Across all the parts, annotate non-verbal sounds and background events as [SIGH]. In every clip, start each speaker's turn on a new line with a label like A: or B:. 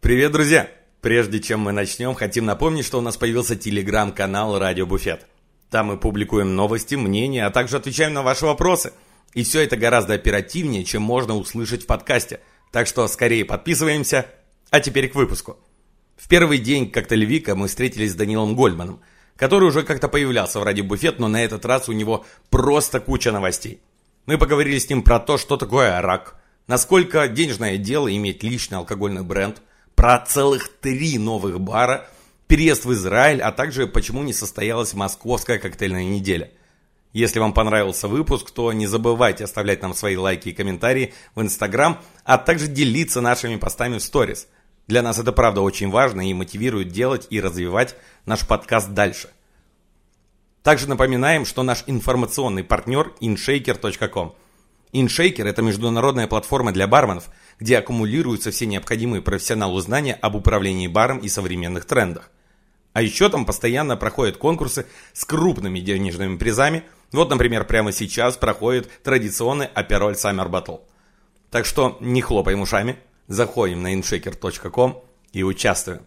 A: Привет, друзья! Прежде чем мы начнем, хотим напомнить, что у нас появился телеграм-канал «Радио Буфет». Там мы публикуем новости, мнения, а также отвечаем на ваши вопросы. И все это гораздо оперативнее, чем можно услышать в подкасте. Так что скорее подписываемся. А теперь к выпуску. В первый день коктейльвика мы встретились с Данилом Гольманом, который уже как-то появлялся в «Радио Буфет», но на этот раз у него просто куча новостей. Мы поговорили с ним про то, что такое рак, насколько денежное дело иметь личный алкогольный бренд, про целых три новых бара, переезд в Израиль, а также почему не состоялась московская коктейльная неделя. Если вам понравился выпуск, то не забывайте оставлять нам свои лайки и комментарии в Инстаграм, а также делиться нашими постами в сторис. Для нас это правда очень важно и мотивирует делать и развивать наш подкаст дальше. Также напоминаем, что наш информационный партнер inshaker.com. InShaker – это международная платформа для барменов, где аккумулируются все необходимые профессионалу знания об управлении баром и современных трендах. А еще там постоянно проходят конкурсы с крупными денежными призами. Вот, например, прямо сейчас проходит традиционный Апероль Summer Battle. Так что не хлопаем ушами, заходим на inshaker.com и участвуем.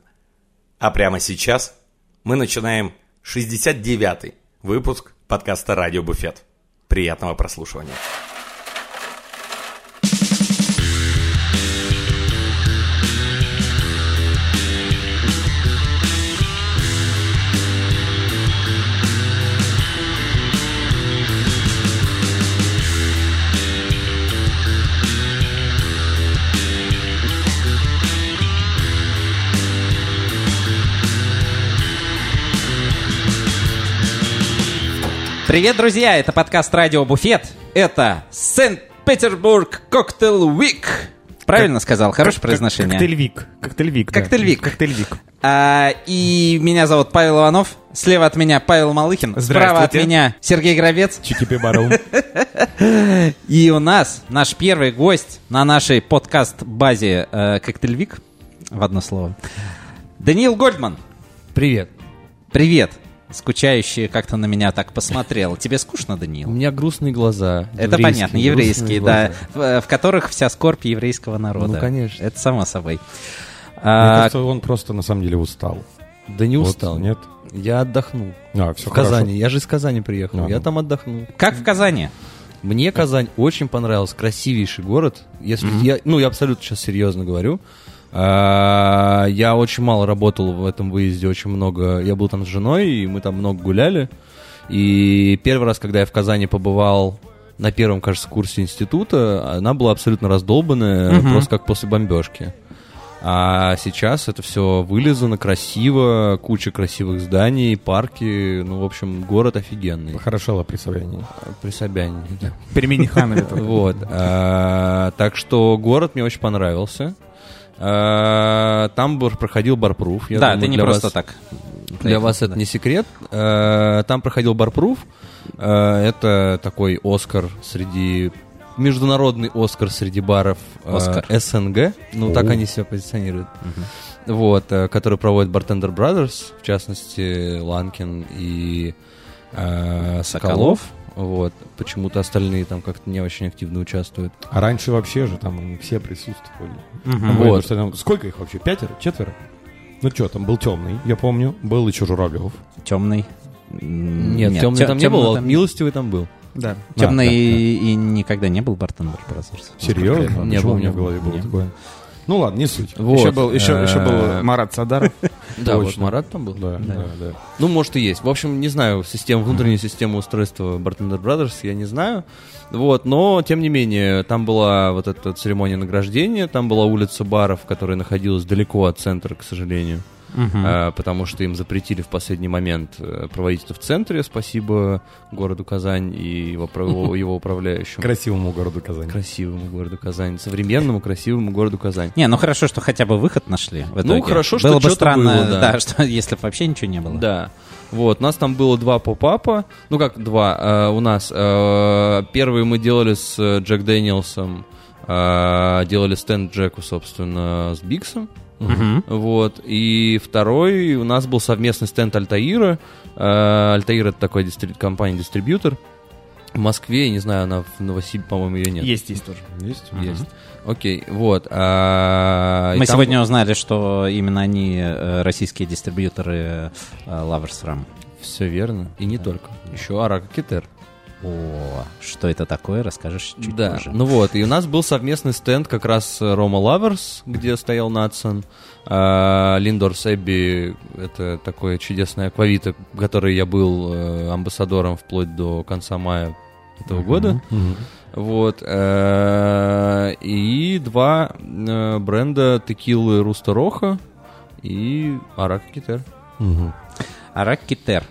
A: А прямо сейчас мы начинаем 69-й выпуск подкаста «Радио Буфет». Приятного прослушивания.
B: Привет, друзья! Это подкаст «Радио Буфет». Это Сент-Петербург Коктейл Уик. Правильно сказал? Хорошее произношение.
C: Коктейльвик. Коктейльвик. да.
B: Коктейльвик.
C: Коктейльвик.
B: А, и меня зовут Павел Иванов. Слева от меня Павел Малыхин. Справа от
C: Здравствуйте.
B: меня Сергей Гровец.
C: Чики-пи бару.
B: И у нас наш первый гость на нашей подкаст-базе э, «Коктейльвик». В одно слово. Даниил Гольдман.
D: Привет.
B: Привет. Скучающий как-то на меня так посмотрел. Тебе скучно,
D: У
B: Даниил?
D: меня грустные глаза.
B: Это
D: Еврейские,
B: понятно, еврейские,
D: грустные глаза.
B: да, в, в которых вся скорбь еврейского народа.
D: Ну, конечно.
B: Это само собой.
C: Мне
B: А,
C: кажется, он просто на самом деле устал.
D: Да не
C: Вот,
D: устал.
C: Нет?
D: Я отдохнул.
C: А, все
D: в Казани. Я же из Казани приехал.
C: Ага.
D: Я там отдохнул.
B: как в Казани?
D: Мне Казань очень понравилась. Красивейший город. Если я, ну, я абсолютно сейчас серьезно говорю. А, Я очень мало работал в этом выезде, очень много. Я был там с женой, и мы там много гуляли. И первый раз, когда я в Казани побывал на первом, кажется, курсе института, она была абсолютно раздолбанная, просто как после бомбежки. А сейчас это все вылизано красиво, куча красивых зданий, парки. Ну, в общем, город офигенный.
C: Хорошо, при Собянине.
D: При Собянине. да.
E: Пельмени Ханове. [LAUGHS]
D: Вот. а, Так что город мне очень понравился. А, Там бар- проходил барпруф. Я
B: да,
D: думаю,
B: ты не
D: для
B: просто
D: вас-
B: так.
D: Для вас это не секрет. А, Там проходил барпруф. А, Это такой Оскар среди международный Оскар среди баров а,
B: Оскар.
D: СНГ. Ну, так они себя позиционируют. Вот, а, который проводит Bartender Brothers, в частности, Ланкин и а, Соколов.
B: Соколов.
D: Вот. Почему-то остальные там как-то не очень активно участвуют.
C: А раньше вообще же там все присутствовали. Там
D: Вот.
C: было, что там- Сколько их вообще? Пятеро? Четверо? Ну что, там был темный, я помню. Был еще Журавлев.
B: Темный.
D: Нет, темный там не был, а милостивый там был.
E: Да.
B: Темный
C: да, да.
B: и никогда не был Бартендер Бразерс.
C: Серьезно?
D: Не
C: Почему
D: был,
C: у меня
D: не
C: в
D: был.
C: голове было
D: Не
C: такое? Ну ладно, не суть.
D: Вот.
E: Еще был, еще,
D: Э,
E: еще был Марат Садаров.
D: [LAUGHS] Да, вот
C: Точно.
D: Марат там был.
C: Да, да, да.
D: Ну, может и есть. В общем, не знаю систему, внутреннюю систему устройства Bartender Brothers, я не знаю. Вот, но, тем не менее, там была вот эта церемония награждения, там была улица баров, которая находилась далеко от центра, к сожалению. А, потому что им запретили в последний момент э, проводить это в центре. Спасибо городу Казань и его, про- его- его управляющему.
C: Красивому городу Казани.
D: Красивому городу Казань. Современному красивому городу Казань.
B: Не, ну хорошо, что хотя бы выход нашли. в
D: Ну,
B: итоге.
D: хорошо, что
B: было бы
D: чё-то
B: странно, [LAUGHS]
D: было, да.
B: что если бы вообще ничего не было.
D: Да. Вот, нас там было два попапа. Ну как два э, у нас. э, первый мы делали с э, Джек Дэниелсом. э, делали стенд Джеку, собственно, с Биксом.
B: Мгм.
D: Вот. И второй у нас был совместный стенд Альтаира. Э, Альтаир это такой дистри- компания-дистрибьютор. в Москве, я не знаю, она в Новосибирске, по-моему, или нет.
E: Есть, есть тоже.
C: Есть?
D: Есть. Окей, вот. а, и
B: Мы
D: там-
B: сегодня узнали, что именно они, э, российские дистрибьюторы э, Lovers Ram.
D: Все верно. И не только. Еще Аракетер.
B: О, что это такое, расскажешь чуть
D: да,
B: позже.
D: ну вот, и у нас был совместный стенд как раз э, Рома Лаверс, где стоял Натсон, а, Линдор Себби, это такое чудесное аквавита, который я был э, амбассадором вплоть до конца мая этого года. Вот, э, и два э, бренда текилы Руста Роха и Арак Китер.
B: Аракитер.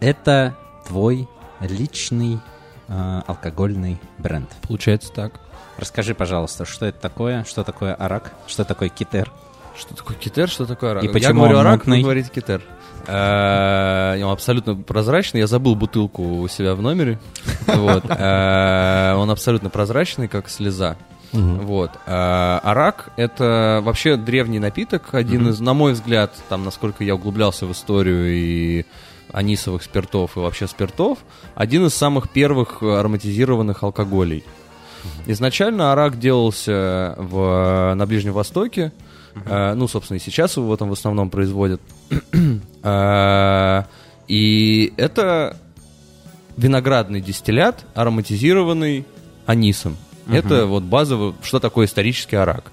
B: Это твой личный э, алкогольный бренд.
D: Получается так.
B: Расскажи, пожалуйста, что это такое, что такое арак, что такое китер.
D: Что такое китер, что такое арак?
B: И
D: я
B: почему
D: говорю
B: он
D: арак,
B: мутный?
D: вы говорите китер. Э, Он абсолютно прозрачный. Я забыл бутылку у себя в
B: [LAUGHS]
D: номере. Вот. Э, Он абсолютно прозрачный, как слеза. Вот. Э, Арак — это вообще древний напиток. Один из, на мой взгляд, там, насколько я углублялся в историю и анисовых спиртов и вообще спиртов, один из самых первых ароматизированных алкоголей. Изначально арак делался в, на Ближнем Востоке. Э, ну, собственно, и сейчас его там в основном производят. [CLEARS THROAT] Э, и это виноградный дистиллят, ароматизированный анисом. Это вот базово, что такое исторический арак.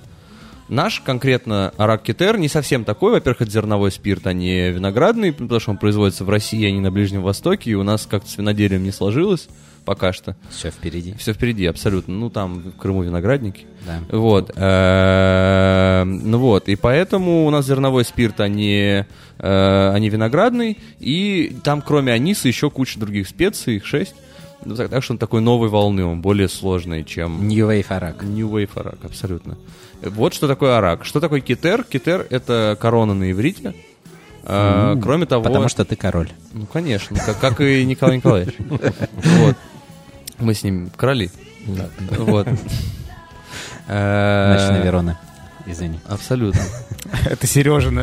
D: Наш конкретно арак китер не совсем такой. Во-первых, это зерновой спирт, а не виноградный, потому что он производится в России, а не на Ближнем Востоке. И у нас как-то с виноделием не сложилось пока что.
B: Все впереди.
D: Все впереди, абсолютно. Ну, там в Крыму виноградники.
B: Да.
D: Вот. э, Ну вот, и поэтому у нас зерновой спирт, а не, э, а не виноградный. И там, кроме аниса, еще куча других специй, их шесть. Ну, Так так что он такой новой волны, он более сложный, чем...
B: New Wave арак.
D: New Wave арак, абсолютно. Вот что такое арак. Что такое китер? Китер — это корона на иврите. Э, Кроме того...
B: Потому что ты король.
D: Ну, конечно, как, как и Николай Николаевич. Вот. Мы с ним короли. Вот.
B: Ночная
D: Э,
B: Верона. Извини.
D: Абсолютно.
E: [LAUGHS] Это э, Сережин,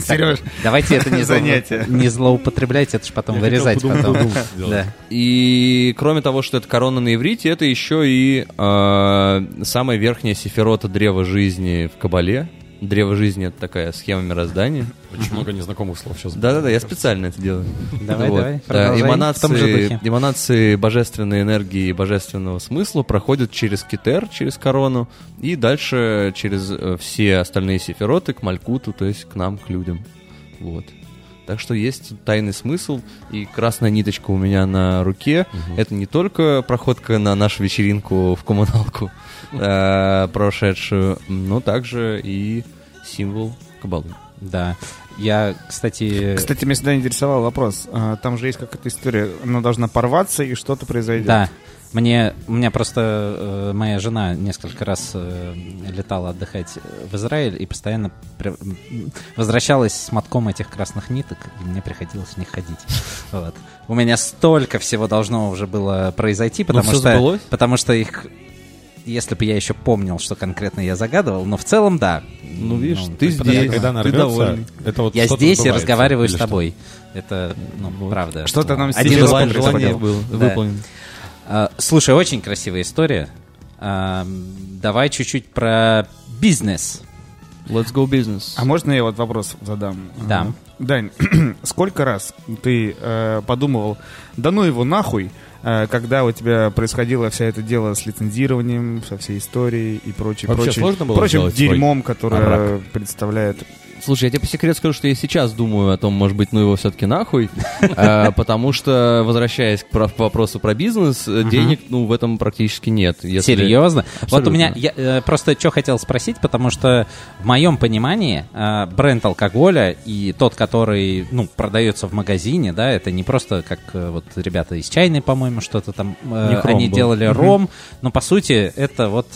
E: [LAUGHS] Сереж.
B: [LAUGHS] Давайте это не, зло-
E: Занятие.
B: не злоупотребляйте, это же потом вырезать. потом. Да.
D: И кроме того, что это корона на иврите, это еще и э, самая верхняя сеферота древа жизни в Кабале. Древо жизни — это такая схема мироздания.
C: Очень много незнакомых слов сейчас.
D: Да-да-да, я специально это делаю.
B: Давай,
D: Вот.
B: давай,
D: Э,
B: продолжай. В том же
D: Эманации,
B: духе.
D: эманации божественной энергии и божественного смысла проходят через Китер, через корону, и дальше через э, все остальные сефироты к Малькуту, то есть к нам, к людям. Вот. Так что есть тайный смысл, и красная ниточка у меня на руке. Это не только проходка на нашу вечеринку
B: [LAUGHS]
D: в коммуналку, э, прошедшую, но также и символ Кабалы.
B: Да. Я, кстати...
E: Кстати, меня всегда интересовал вопрос. А, Там же есть какая-то история. Она должна порваться, и что-то произойдет.
B: Да. Мне, у меня просто э, моя жена несколько раз э, летала отдыхать в Израиль и постоянно при- м, возвращалась с мотком этих красных ниток, и мне приходилось в них ходить. [LAUGHS] Вот. У меня столько всего должно уже было произойти, потому
D: всё
B: что,
D: сбылось?
B: потому что их, если бы я еще помнил, что конкретно я загадывал, но в целом да.
D: Ну, видишь,
B: Ну,
D: ты
C: Подожди,
D: здесь,
C: когда она
D: ты
C: рвется,
D: довольный.
C: это вот
B: Я
C: что-то
B: здесь и
C: сбывается,
B: разговариваю с
C: или что?
B: тобой. Это, ну, правда.
E: Что-то нам
B: один
E: Один
B: из
E: желание-
B: пунктов.
E: желание
D: было
B: Да. А, Слушай, очень красивая история. А, Давай чуть-чуть про бизнес.
D: Let's go business.
E: А можно я вот вопрос задам?
B: Да.
E: А, Дань, [CLEARS THROAT] сколько раз ты э, подумывал, да ну его нахуй, э, когда у тебя происходило вся это дело с лицензированием, со всей историей и прочее,
C: Вообще
E: прочее,
C: сложно было
E: прочим
C: сделать
E: дерьмом, которое представляет.
D: Слушай, я тебе по секрету скажу, что я сейчас думаю о том, может быть, ну его все-таки нахуй, [LAUGHS] Э, потому что, возвращаясь к прав- к вопросу про бизнес, э, денег, ну, в этом практически нет. Если-
B: Серьезно? Вот у
D: Абсолютно.
B: меня я, э, просто что хотел спросить, потому что в моем понимании э, бренд алкоголя и тот, который ну продается в магазине, да, это не просто как э, вот ребята из чайной, по-моему, что-то там э,
D: Не хром
B: они
D: был.
B: делали ром, но по сути это вот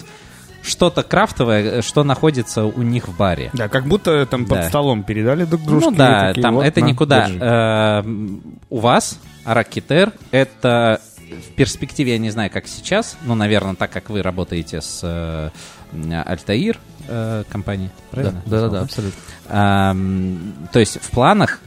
B: что-то крафтовое, э, что находится у них в баре.
E: Да, как будто там
B: Да.
E: под столом передали друг дружке.
B: Ну да,
E: такие,
B: там
E: вот,
B: это
E: на,
B: никуда. э,
E: держи.
B: Эм, у вас Аракитер это в перспективе, я не знаю, как сейчас, ну, наверное, так как вы работаете с э, Альтаир э, компанией,
D: Да,
B: правильно?
D: да, да, абсолютно.
B: Эм, то есть в планах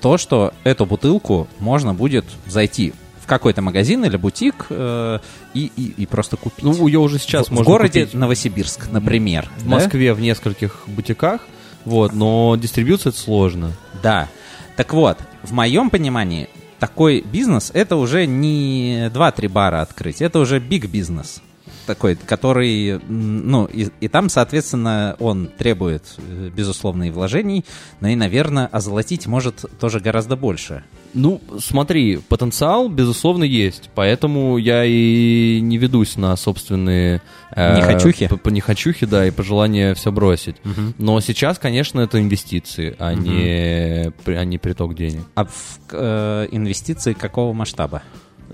B: то, что эту бутылку можно будет зайти в какой-то магазин или бутик э, и, и, и просто купить.
D: Ну, ее уже сейчас
B: в, в
D: можно
B: городе
D: купить.
B: Новосибирск, например.
D: в
B: да?
D: Москве в нескольких бутиках, вот, но дистрибьюция это сложно.
B: Да. Так вот, в моем понимании, такой бизнес это уже не 2-3 бара открыть, это уже биг бизнес такой, который, м, ну, и, и там, соответственно, он требует, э, безусловно, и вложений, но и, наверное, озолотить может тоже гораздо больше.
D: Ну, смотри, потенциал, безусловно, есть. Поэтому я и не ведусь на собственные... э,
B: Нехочухи?
D: п- п- Нехочухи, да, и пожелание все бросить. Но сейчас, конечно, это инвестиции, а, не, при- а не приток денег.
B: А в э, инвестиции какого масштаба?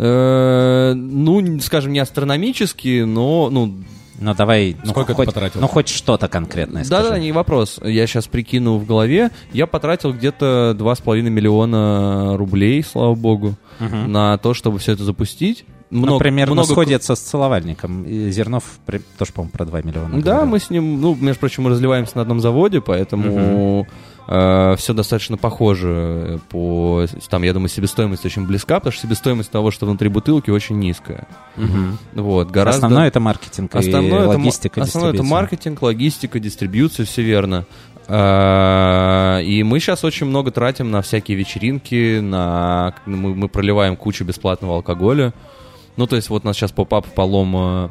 D: Э, ну, н- скажем, не астрономические, но... Ну,
B: Ну, давай... ну,
C: Сколько ты
B: хоть,
C: потратил?
B: Ну, хоть что-то конкретное скажи.
D: да-да, не вопрос. Я сейчас прикину в голове. Я потратил где-то 2,5 миллиона рублей, слава богу,
B: Мгм.
D: на то, чтобы все это запустить.
B: Ну,
D: Много,
B: примерно
D: много
B: сходится с целовальником. И Зернов при- тоже, по-моему, про 2 миллиона.
D: Да,
B: говорил.
D: мы с ним, ну, между прочим, мы разливаемся на одном заводе, поэтому все достаточно похоже э, по, там, я думаю, себестоимость очень близка, потому что себестоимость того, что внутри бутылки, очень низкая.
B: Мгм.
D: Вот, гораздо...
B: Основное это маркетинг
D: Основное
B: и
D: это ма-
B: логистика,
D: основное это
B: дистрибьюция.
D: маркетинг, логистика, дистрибьюция, все верно. А, И мы сейчас очень много тратим на всякие вечеринки, на мы, мы проливаем кучу бесплатного алкоголя. Ну, то есть вот у нас сейчас поп-ап в полом э,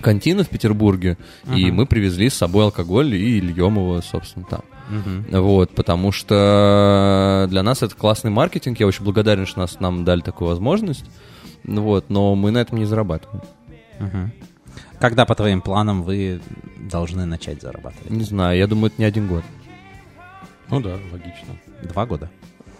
D: контина в Петербурге, и мы привезли с собой алкоголь и льем его, собственно, там.
B: Мгм.
D: Вот, потому что для нас это классный маркетинг, я очень благодарен, что нас, нам дали такую возможность. Ну Вот, но мы на этом не зарабатываем.
B: Мгм. Когда, по твоим планам, вы должны начать зарабатывать?
D: Не знаю, я думаю, это не один год.
C: Ну да, логично.
B: Два года.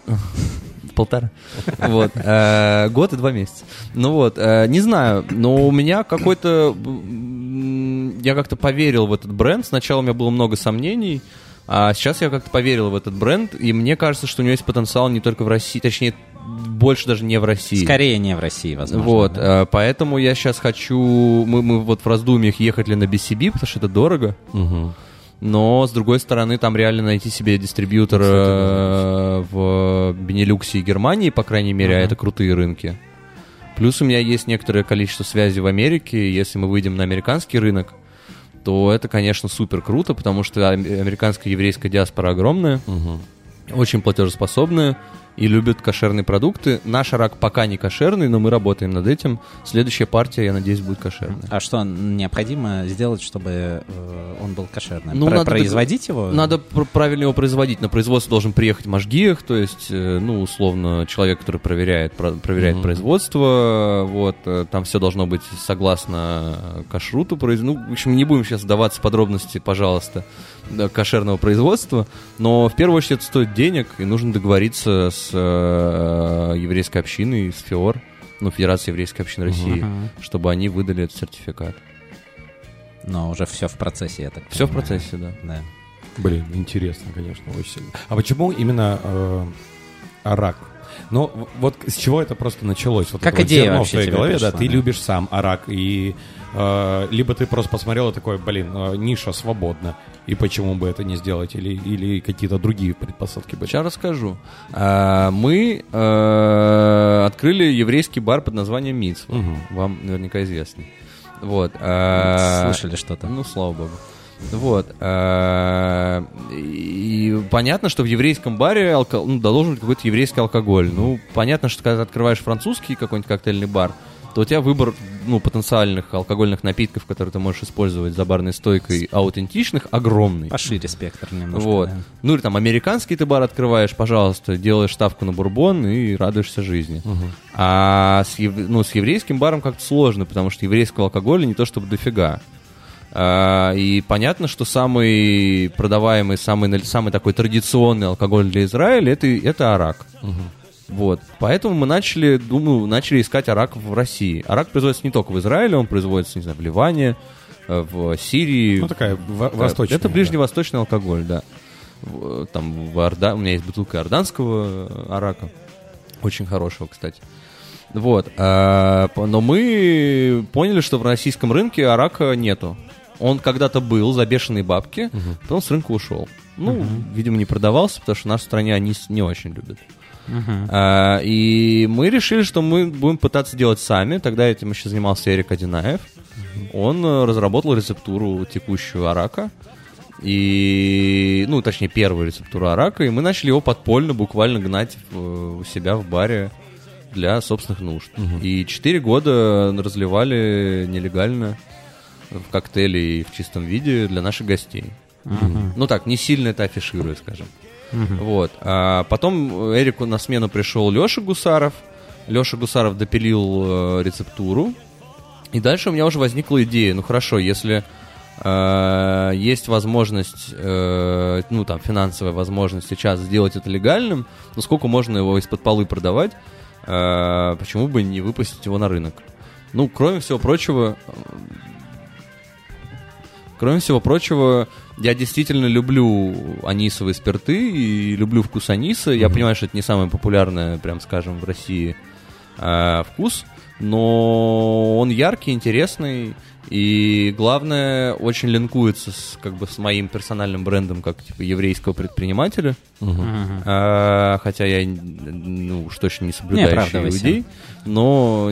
B: [LAUGHS]
D: Полтора. Вот. Э, Год и два месяца. Ну вот, э, не знаю, но у меня какой-то... м, Я как-то поверил в этот бренд. Сначала у меня было много сомнений, а сейчас я как-то поверил в этот бренд, и мне кажется, что у него есть потенциал не только в России, точнее, больше даже не в России.
B: Скорее не в России, возможно.
D: Вот,
B: да?
D: э, поэтому я сейчас хочу... Мы, мы вот в раздумьях, ехать ли на BCB, потому что это дорого. Но, с другой стороны, там реально найти себе дистрибьютора э, в Бенилюксе и Германии, по крайней мере, а это крутые рынки. Плюс у меня есть некоторое количество связей в Америке, и если мы выйдем на американский рынок, то это, конечно, супер круто, потому что ам- американская еврейская диаспора огромная, очень платежеспособная и любят кошерные продукты. Наш рак пока не кошерный, но мы работаем над этим. Следующая партия, я надеюсь, будет кошерная.
B: А что необходимо сделать, чтобы э, он был кошерным?
D: Ну,
B: Про-
D: надо дог-
B: производить его?
D: Надо пр- правильно его производить. На производство должен приехать Машгиях, то есть, э, ну, условно, человек, который проверяет, про- проверяет производство. Вот, э, там все должно быть согласно э, кашруту. произ- Ну, в общем, не будем сейчас вдаваться в подробности, пожалуйста, да, кошерного производства. Но в первую очередь это стоит денег, и нужно договориться с э, еврейской общиной, с ФИОР, ну, Федерацией еврейской общины России,
B: Мгм.
D: чтобы они выдали этот сертификат.
B: Но уже все в процессе, я так
D: Все в
B: понимаю.
D: процессе, да.
B: Да.
C: Блин, интересно, конечно, очень сильно. А почему именно э, арак? Ну, в- вот с чего это просто началось? Вот
B: Как
C: это вот
B: идея
C: зерно
B: вообще
C: в твоей
B: тебе
C: голове, да,
B: пришла,
C: ты
B: да?
C: любишь сам арак, и э, либо ты просто посмотрел и такой, блин, э, ниша свободна, и почему бы это не сделать, или, или какие-то другие предпосылки были?
D: Сейчас расскажу. А, Мы э, открыли еврейский бар под названием Миц.
C: Мгм.
D: Вам наверняка известный. Вот. а,
B: Слышали что-то?
D: Ну, слава богу. Вот. а, И понятно, что в еврейском баре алко- ну, да, должен быть какой-то еврейский алкоголь. Ну, понятно, что когда ты открываешь французский какой-нибудь коктейльный бар, то у тебя выбор ну, потенциальных алкогольных напитков, которые ты можешь использовать за барной стойкой, аутентичных, огромный.
B: Пошире спектр немножко.
D: Вот.
B: да.
D: Ну или там американский ты бар открываешь, пожалуйста, делаешь ставку на бурбон и радуешься жизни. А с, ев- ну, с еврейским баром как-то сложно, потому что еврейского алкоголя не то чтобы дофига. А, и понятно, что самый продаваемый, самый, наль- самый такой традиционный алкоголь для Израиля это, это арак. Вот. Поэтому мы начали, думаю, начали искать арак в России. Арак производится не только в Израиле, он производится, не знаю, в Ливане, э, в Сирии,
C: Ну, такая во-
D: да,
C: восточная.
D: Э, Это
C: да.
D: ближневосточный алкоголь, да. В- э, Там в Орда... у меня есть бутылка орданского э, арака. Очень хорошего, кстати. Вот. а, п- Но мы поняли, что в российском рынке арака нету. Он когда-то был за бешеные бабки, потом с рынка ушел. Ну, видимо, не продавался, потому что в нашей стране они с- не очень любят.
B: Мгм.
D: А, И мы решили, что мы будем пытаться делать сами. Тогда этим еще занимался Эрик Одинаев. Он э, разработал рецептуру текущую арака. И, ну, точнее, первую рецептуру арака. И мы начали его подпольно буквально гнать э, у себя в баре для собственных нужд. И четыре года разливали нелегально в коктейле и в чистом виде для наших гостей. Ну так, не сильно это афиширует, скажем. Вот. А потом Эрику на смену пришел Леша Гусаров. Леша Гусаров допилил э, рецептуру. И дальше у меня уже возникла идея. Ну хорошо, если э, есть возможность, э, ну там финансовая возможность сейчас сделать это легальным, ну сколько можно его из-под полы продавать, э, почему бы не выпустить его на рынок? Ну, кроме всего прочего, Кроме всего прочего, я действительно люблю анисовые спирты и люблю вкус аниса. Я понимаю, что это не самый популярный, прям скажем, в России э, вкус, но он яркий, интересный и, главное, очень линкуется с, как бы, с моим персональным брендом как типа, еврейского предпринимателя.
B: Мгм.
D: А, хотя я, ну, уж точно не
B: Не
D: соблюдающий
B: оправдывайся.
D: иудей, но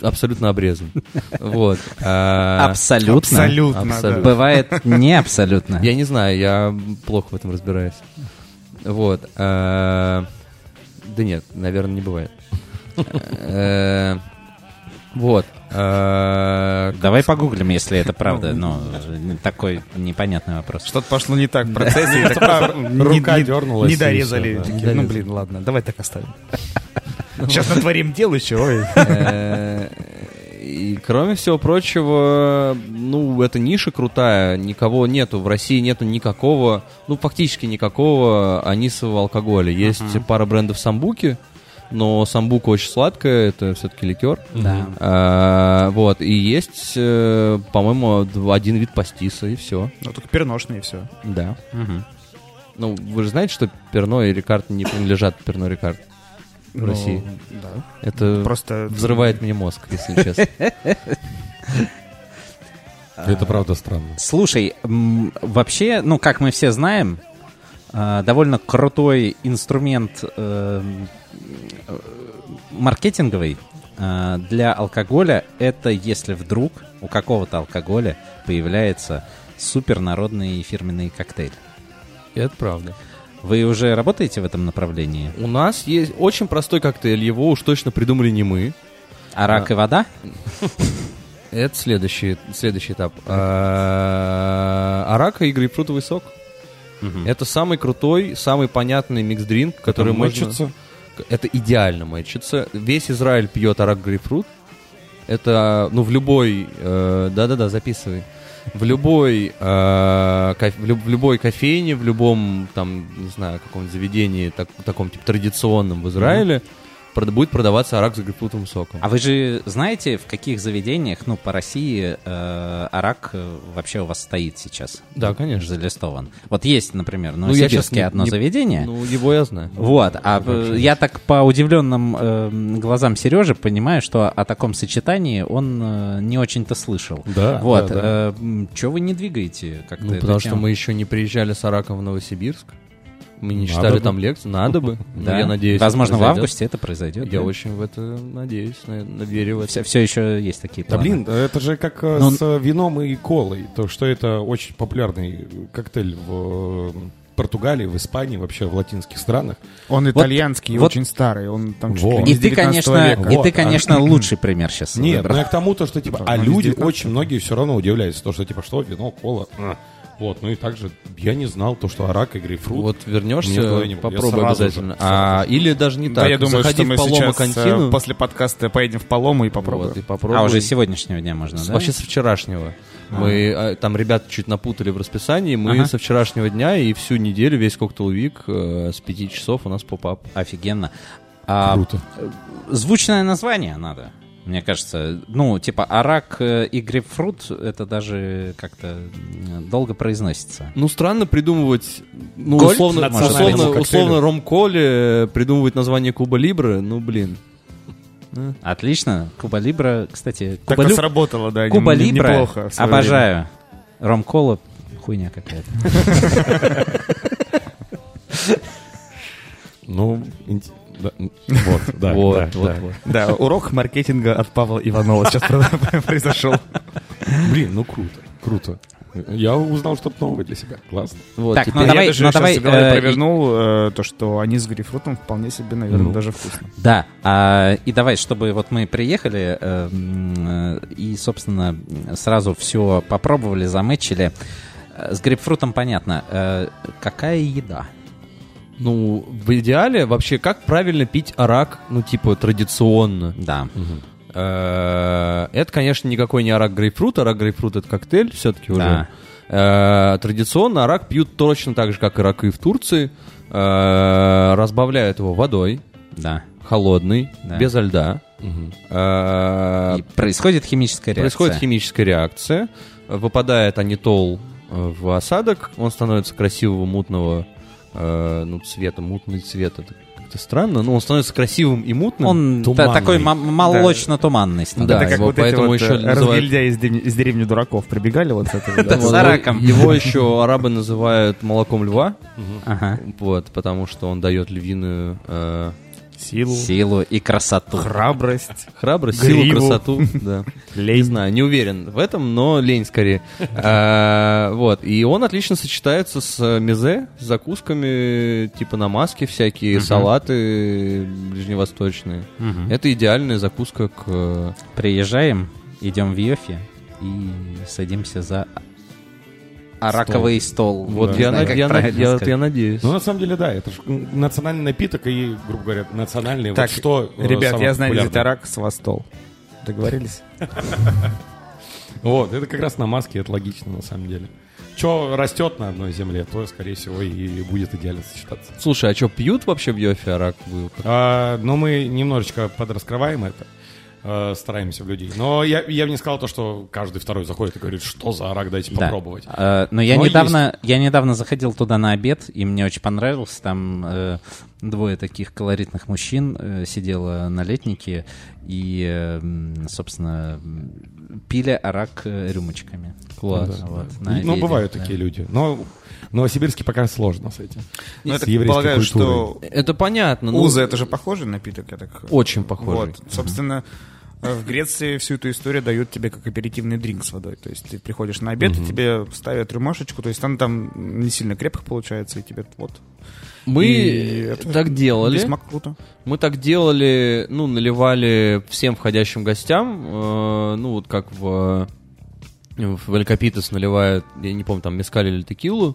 D: абсолютно обрезан.
B: [LAUGHS]
D: Вот. А,
B: Абсолютно.
E: Абсолютно,
D: Абсолютно.
E: да.
B: Бывает не абсолютно.
D: Я не знаю, я плохо в этом разбираюсь. Вот. а, Да нет, наверное, не бывает. Э, Вот. а,
B: Давай погуглим, если это правда. Ну, такой непонятный вопрос.
E: Что-то пошло не так в процессе. и так просто, ну, не-
C: рука
E: не-
C: дернулась,
E: Не
C: и всё,
E: дорезали.
C: да.
E: Такие,
D: Не
E: Ну,
D: дорезали.
E: блин, ладно, давай так
C: [LAUGHS]
E: оставим. Сейчас натворим дел еще. ой.
D: Э, И кроме всего прочего, ну, эта ниша крутая, никого нету, в России нету никакого, ну, фактически никакого анисового алкоголя. Есть пара брендов самбуки, но самбука очень сладкая, это все-таки ликер.
B: Да.
D: А, вот, и есть, э, по-моему, дв- один вид пастиса, и все.
E: Ну, только перношные все.
D: Да.
B: Мгм.
D: Ну, вы же знаете, что Перно и Рикард не принадлежат Перно и Рикард. В России.
E: Да.
D: Это
E: Просто...
D: взрывает мне мозг, если честно.
C: Это правда странно.
B: Слушай, м, вообще, ну, как мы все знаем, э, довольно крутой инструмент эм, э, маркетинговый э, для алкоголя — это если вдруг у какого-то алкоголя появляется супернародный фирменный коктейль.
D: Это правда.
B: Вы уже работаете в этом направлении?
D: У нас есть очень простой коктейль, его уж точно придумали не мы.
B: Арак А и вода?
D: Это следующий, следующий этап. А, Арака и грейпфрутовый сок.
B: Мгм.
D: Это самый крутой, самый понятный микс-дринк, который можно...
C: Мочится.
D: Это идеально мэчится. Весь Израиль пьет арак грейпфрут. Это, ну, в любой... э, Да-да-да, записывай. В любой, э, коф- в, люб- в любой кофейне, в любом, там, не знаю, каком-нибудь заведении, так- таком, типа, традиционном в Израиле прод- будет продаваться арак с грейпфрутовым соком.
B: А вы же знаете, в каких заведениях, ну, по России э, арак э, вообще у вас стоит сейчас?
D: Да, конечно.
B: залистован. Вот есть, например,
D: Ну, я щас
B: новосибирское
D: не-
B: одно
D: не-
B: заведение.
D: Ну, его я знаю.
B: Вот, а э, я так по удивленным эм, глазам Сережи понимаю, что о таком сочетании он э, не очень-то слышал.
C: Да,
B: Вот,
C: да, да.
B: что вы не двигаете как-то?
D: Ну,
B: эту
D: потому что
B: тему?
D: мы еще не приезжали с араком в Новосибирск. Мы не
C: Надо
D: читали
C: бы.
D: там лекции.
B: [LAUGHS]
D: Надо бы. Ну,
B: Да?
D: Я надеюсь. это
B: Возможно, в
D: произойдет.
B: августе это произойдет.
D: Я очень в это надеюсь, на, на- верю в это.
B: Все, еще есть такие
C: Да
B: планы.
C: блин, это же как э,
B: Ну,
C: с вином и колой. То, что это очень популярный э, коктейль в э, Португалии, в Испании, вообще в латинских странах.
E: Он итальянский, и
B: вот-
E: очень старый. Он там чуть ли
C: Во.
E: не
B: И ты,
E: 19
B: конечно,
E: века.
B: и
C: Вот,
B: ты,
D: [CLEARS THROAT]
C: а-
B: конечно, лучший пример сейчас
C: Нет, ну я к тому, то, что типа.
E: Да,
C: А
E: ну,
C: люди
E: везде как-то.
C: очень многие все равно удивляются. То, что типа что, вино, кола. а. Вот, ну и также я не знал то, что арак и грейпфрут.
D: Вот
C: Мне в голове
D: вернешься,
C: не было. Я
D: попробуй
C: сразу же,
D: обязательно.
C: сразу
D: А, или даже не
E: [CLEARS THROAT]
D: так.
E: Да, я думаю,
D: Заходи
E: что мы
D: в Палома
E: сейчас
D: Контину.
E: э, после подкаста поедем в Палому и попробуем.
D: Вот, и попробуй.
B: А уже с сегодняшнего дня можно,
D: С-
B: да?
D: Вообще с вчерашнего. Мы а, там ребята чуть напутали в расписании. Мы
B: Ага.
D: со вчерашнего дня и всю неделю весь коктейл вик э, с 5 часов у нас поп-ап.
B: Офигенно. А,
C: Круто.
B: Звучное название надо, мне кажется. Ну, типа арак э, и грейпфрут, это даже как-то м, долго произносится.
D: Ну, странно придумывать, ну,
B: Гольд?
D: условно,
B: Национальному
D: условно,
C: коктейлю.
D: условно Ромколе придумывать название Куба Либры, ну, блин.
B: Отлично. Куба Либра, кстати,
E: Так
B: Куба,
E: и
B: Лю-
E: сработало, да.
B: Куба
E: не-
B: Либра,
E: неплохо в своё
B: обожаю. Ромкола, хуйня какая-то.
C: Ну, инт- да, м, Вот,
E: [LAUGHS]
C: да.
D: вот,
C: да,
D: вот,
C: да.
D: вот.
E: Да, урок маркетинга от Павла Иванова сейчас [LAUGHS] произошел.
C: Блин, ну круто, круто. Я узнал что-то новое для себя. Классно.
D: Вот,
B: Так,
D: теперь-
B: ну давай,
E: А я даже
B: ну
E: сейчас
B: давай,
E: в голове
B: э, и-
E: провернул э, то, что они с грейпфрутом вполне себе, наверное,
C: Ну.
E: даже вкусно.
B: [LAUGHS] Да, а, и давай, чтобы вот мы приехали э, м, э, и, собственно, сразу все попробовали, замычили. Э, С грейпфрутом понятно. Э, Какая еда?
D: Ну, в идеале вообще, как правильно пить арак, ну, типа, традиционно?
B: Да.
D: Э, Это, конечно, никакой не арак грейпфрут. Арак грейпфрут — это коктейль все-таки
B: Да.
D: уже. Э, Традиционно арак пьют точно так же, как ираки в Турции. Э, Разбавляют его водой,
B: Да.
D: холодной,
B: Да.
D: без льда. Э,
B: И происходит химическая реакция.
D: Происходит химическая реакция. Э, Выпадает анитол э, в осадок. Он становится красивого мутного э, ну, цвета. Мутный цвет это как-то странно. Но он становится красивым и мутным.
B: Он та-
D: Туманный.
B: такой ма- молочно-туманный становится.
D: Да,
E: Это как
D: его
E: вот эти
D: поэтому
E: вот
D: еще
E: э,
D: называют-
E: разгильдяи из деревни- из деревни дураков прибегали вот с этого.
D: Да,
B: с
D: он-
B: араком.
D: Его еще арабы называют молоком льва.
B: Ага.
D: Вот, потому что он дает львиную э,
E: Силу,
B: Силу и красоту.
E: храбрость,
D: храбрость, силу,
E: Гриву.
D: красоту. Да. Не
E: лень.
D: знаю, не уверен в этом, но лень скорее. А, Вот. И он отлично сочетается с мезе, с закусками, типа намазки всякие, салаты ближневосточные.
B: Мгм.
D: Это идеальная закуска к... э,
B: Приезжаем, идем в Йофи и садимся за араковый стол.
D: Вот
B: Не
D: я
B: знаю,
D: на-
B: как
D: я на-
B: правильно
D: я-
B: сказать.
D: я надеюсь.
C: Ну, на самом деле, да, это же национальный напиток и, грубо говоря, национальный.
E: Так,
C: вот что, э,
E: Ребят,
C: самое
E: я знаю, где
C: популярное.
E: тарак с вас стол. Договорились?
C: Вот, это как раз на маске, это логично, на самом деле. Что растет на одной земле, то, скорее всего, и будет идеально сочетаться.
D: Слушай, а что, пьют вообще в Йофе арак? Вы как-
C: А, но мы немножечко подраскрываем это, э, стараемся в людей. Но я, я бы не сказал то, что каждый второй заходит и говорит, что за арак, дайте
B: Да.
C: попробовать.
B: Э, Но я
C: Но
B: недавно, я недавно заходил туда на обед, и мне очень понравилось. Там э, двое таких колоритных мужчин э, сидело на летнике и, э, м, собственно, м, пили арак э, рюмочками.
D: Класс.
B: Вот, на
C: ну,
B: обеде,
C: бывают
B: да.
C: такие люди. Но Новосибирске пока сложно с этим.
E: Ну,
C: С
E: я так
C: еврейской
E: полагаю,
C: культурой.
E: что
D: Это понятно. ну,
E: узы — это же похожий напиток, я так...
D: Очень похоже.
E: Вот, собственно, э, в Греции всю эту историю дают тебе как аперитивный дринк с водой. То есть ты приходишь на обед, и тебе ставят рюмашечку, то есть она там не сильно крепко получается, и тебе вот.
D: Мы
E: И это
D: так делали.
E: Весьма круто.
D: Мы так делали, ну, наливали всем входящим гостям, э, ну, вот как в, э, в Эль Капитес наливают, я не помню, там, мескаль или текилу.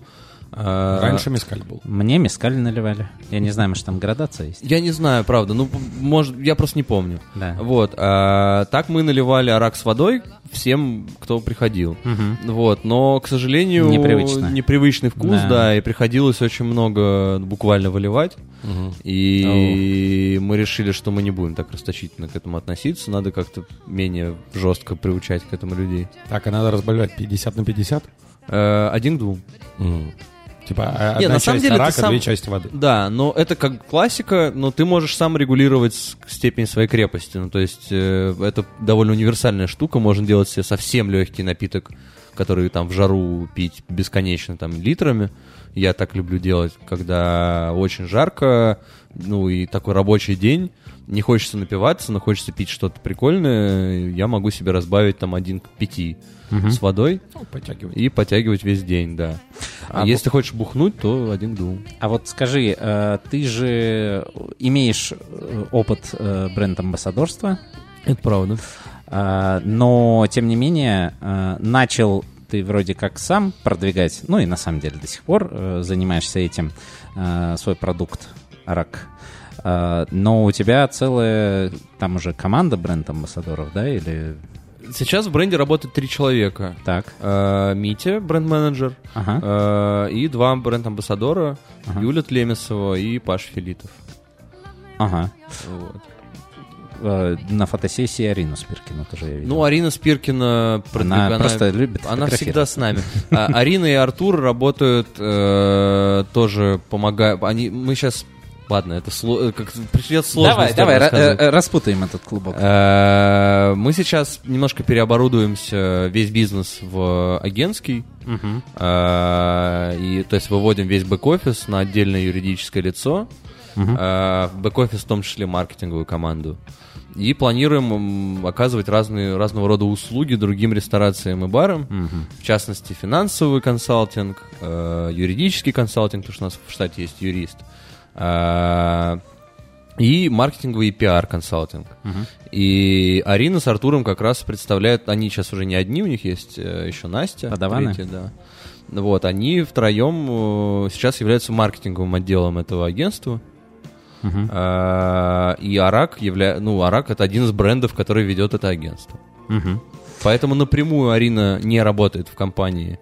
D: Э,
C: Раньше мескаль был.
B: Мне мискаль наливали. Я не знаю, может, там градация есть.
D: Я не знаю, правда, ну, п- может, я просто не помню.
B: Да.
D: Вот, а, так мы наливали арак с водой всем, кто приходил.
B: Мгм.
D: Вот, но, к сожалению,
B: Непривычно.
D: непривычный вкус,
B: Да.
D: да. и приходилось очень много буквально выливать. И мы решили, что мы не будем так расточительно к этому относиться, надо как-то менее жестко приучать к этому людей.
C: Так, а надо разбавлять 50 на 50?
D: Э, Один к двум.
C: Типа, а-
D: Не,
C: одна
D: на самом
C: часть
D: деле ты
C: арака,
D: сам-
C: две части воды.
D: Да, но это как классика, но ты можешь сам регулировать с- степень своей крепости. Ну, то есть э, это довольно универсальная штука, можно делать себе совсем легкий напиток, который там в жару пить бесконечно там литрами. Я так люблю делать, когда очень жарко, ну и такой рабочий день, не хочется напиваться, но хочется пить что-то прикольное, я могу себе разбавить там один к пяти с водой
C: Ну, подтягивай.
D: и подтягивать весь день, да. А
B: А
D: если ты хочешь бухнуть, то один к двум.
B: А вот скажи, э, ты же имеешь э, опыт э, бренд-амбассадорства,
D: Это правда.
B: А, Но, тем не менее, а, начал ты вроде как сам продвигать, ну и на самом деле до сих пор э, занимаешься этим, а, свой продукт «Рак». А, Но у тебя целая, там уже команда бренд-амбассадоров, да, или
D: Сейчас в бренде работает три человека.
B: так?
D: Э, Митя, бренд-менеджер,
B: Ага.
D: э, и два бренд-амбассадора,
B: Ага.
D: Юля Тлемесова и Паш Филитов.
B: ага.
D: Вот.
B: Э, На фотосессии Арину Спиркину тоже я видел.
D: Ну, Арина Спиркина... продвиг-
B: она, просто любит
D: Она всегда
B: фотографировать. [LAUGHS]
D: с нами. А, Арина и Артур работают э, тоже помогают. Они, мы сейчас, ладно, это сло- э, как придется сложно.
B: Давай,
D: историю
B: давай, ра-
D: рассказывать.
B: э, э, распутаем этот клубок.
D: Э, Мы сейчас немножко переоборудуемся весь бизнес в агентский.
B: Мгм.
D: Э, И, то есть выводим весь бэк-офис на отдельное юридическое лицо. э, в бэк-офис, в том числе маркетинговую команду. И планируем м, оказывать разные, разного рода услуги другим ресторациям и барам, в частности, финансовый консалтинг, э, юридический консалтинг, потому что у нас в штате есть юрист. А, и маркетинговый и пиар-консалтинг. И Арина с Артуром как раз представляют, они сейчас уже не одни, у них есть э, еще Настя.
B: Подаваны?
D: третья, да. Ну Вот, они втроем э, сейчас являются маркетинговым отделом этого агентства.
B: Мгм.
D: А, И Арак, явля... ну, Арак это один из брендов, который ведет это агентство.
B: Мгм.
D: Поэтому напрямую Арина не работает в компании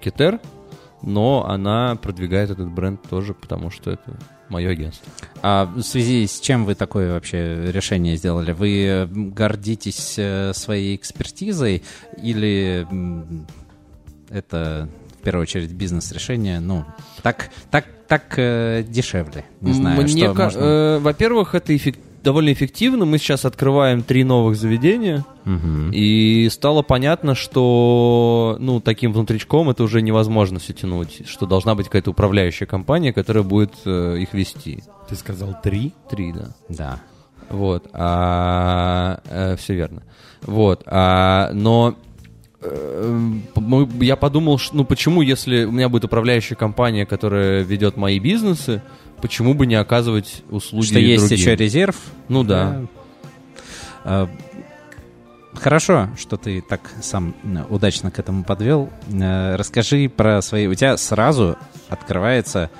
D: Китер, но она продвигает этот бренд тоже, потому что это мое агентство.
B: А в связи с чем вы такое вообще решение сделали? Вы э, гордитесь э, своей экспертизой или м, это в первую очередь бизнес-решение? Ну, так, так, так э, дешевле. Не знаю,
D: Мне
B: что
D: ка-
B: можно-
D: э, во-первых, это эффек- довольно эффективно. Мы сейчас открываем три новых заведения.
B: Мгм.
D: И стало понятно, что ну, таким внутричком это уже невозможно все тянуть, что должна быть какая-то управляющая компания, которая будет э, их вести.
C: Ты сказал три?
D: Три, да.
B: Да.
D: Вот. все верно. Вот. а, но э, мы- я подумал, что, ну почему, если у меня будет управляющая компания, которая ведет мои бизнесы, почему бы не оказывать услуги
B: Что есть
D: другим?
B: еще резерв.
D: Ну да.
B: Э, Хорошо, что ты так сам э, удачно к этому подвел. Э, Расскажи про свои... У тебя сразу открывается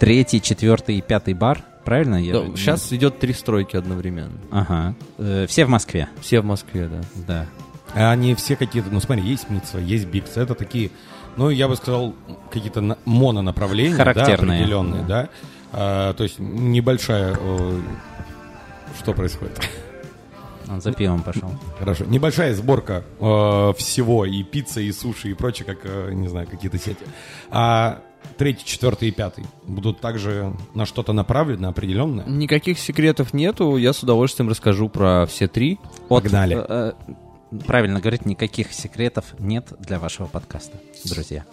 B: третий, четвертый и пятый бар, правильно? Я-
D: Да, Сейчас идет три стройки одновременно.
B: Ага. Э, Все в Москве,
D: Все в Москве, да.
B: да.
C: А Они все какие-то, ну смотри, есть Митца, есть Бикс, это такие, ну я бы сказал, какие-то на- мононаправления, да,
B: Характерные.
C: определенные, да. А, то есть небольшая, э, что происходит?
B: Он за пивом пошел.
C: Хорошо, небольшая сборка э, всего, и пицца, и суши, и прочее, как, э, не знаю, какие-то сети. А третий, четвертый и пятый будут также на что-то направлены, определенное?
D: Никаких секретов нету, я с удовольствием расскажу про все три.
C: Погнали.
B: Э, э, Правильно говорить, никаких секретов нет для вашего подкаста, друзья.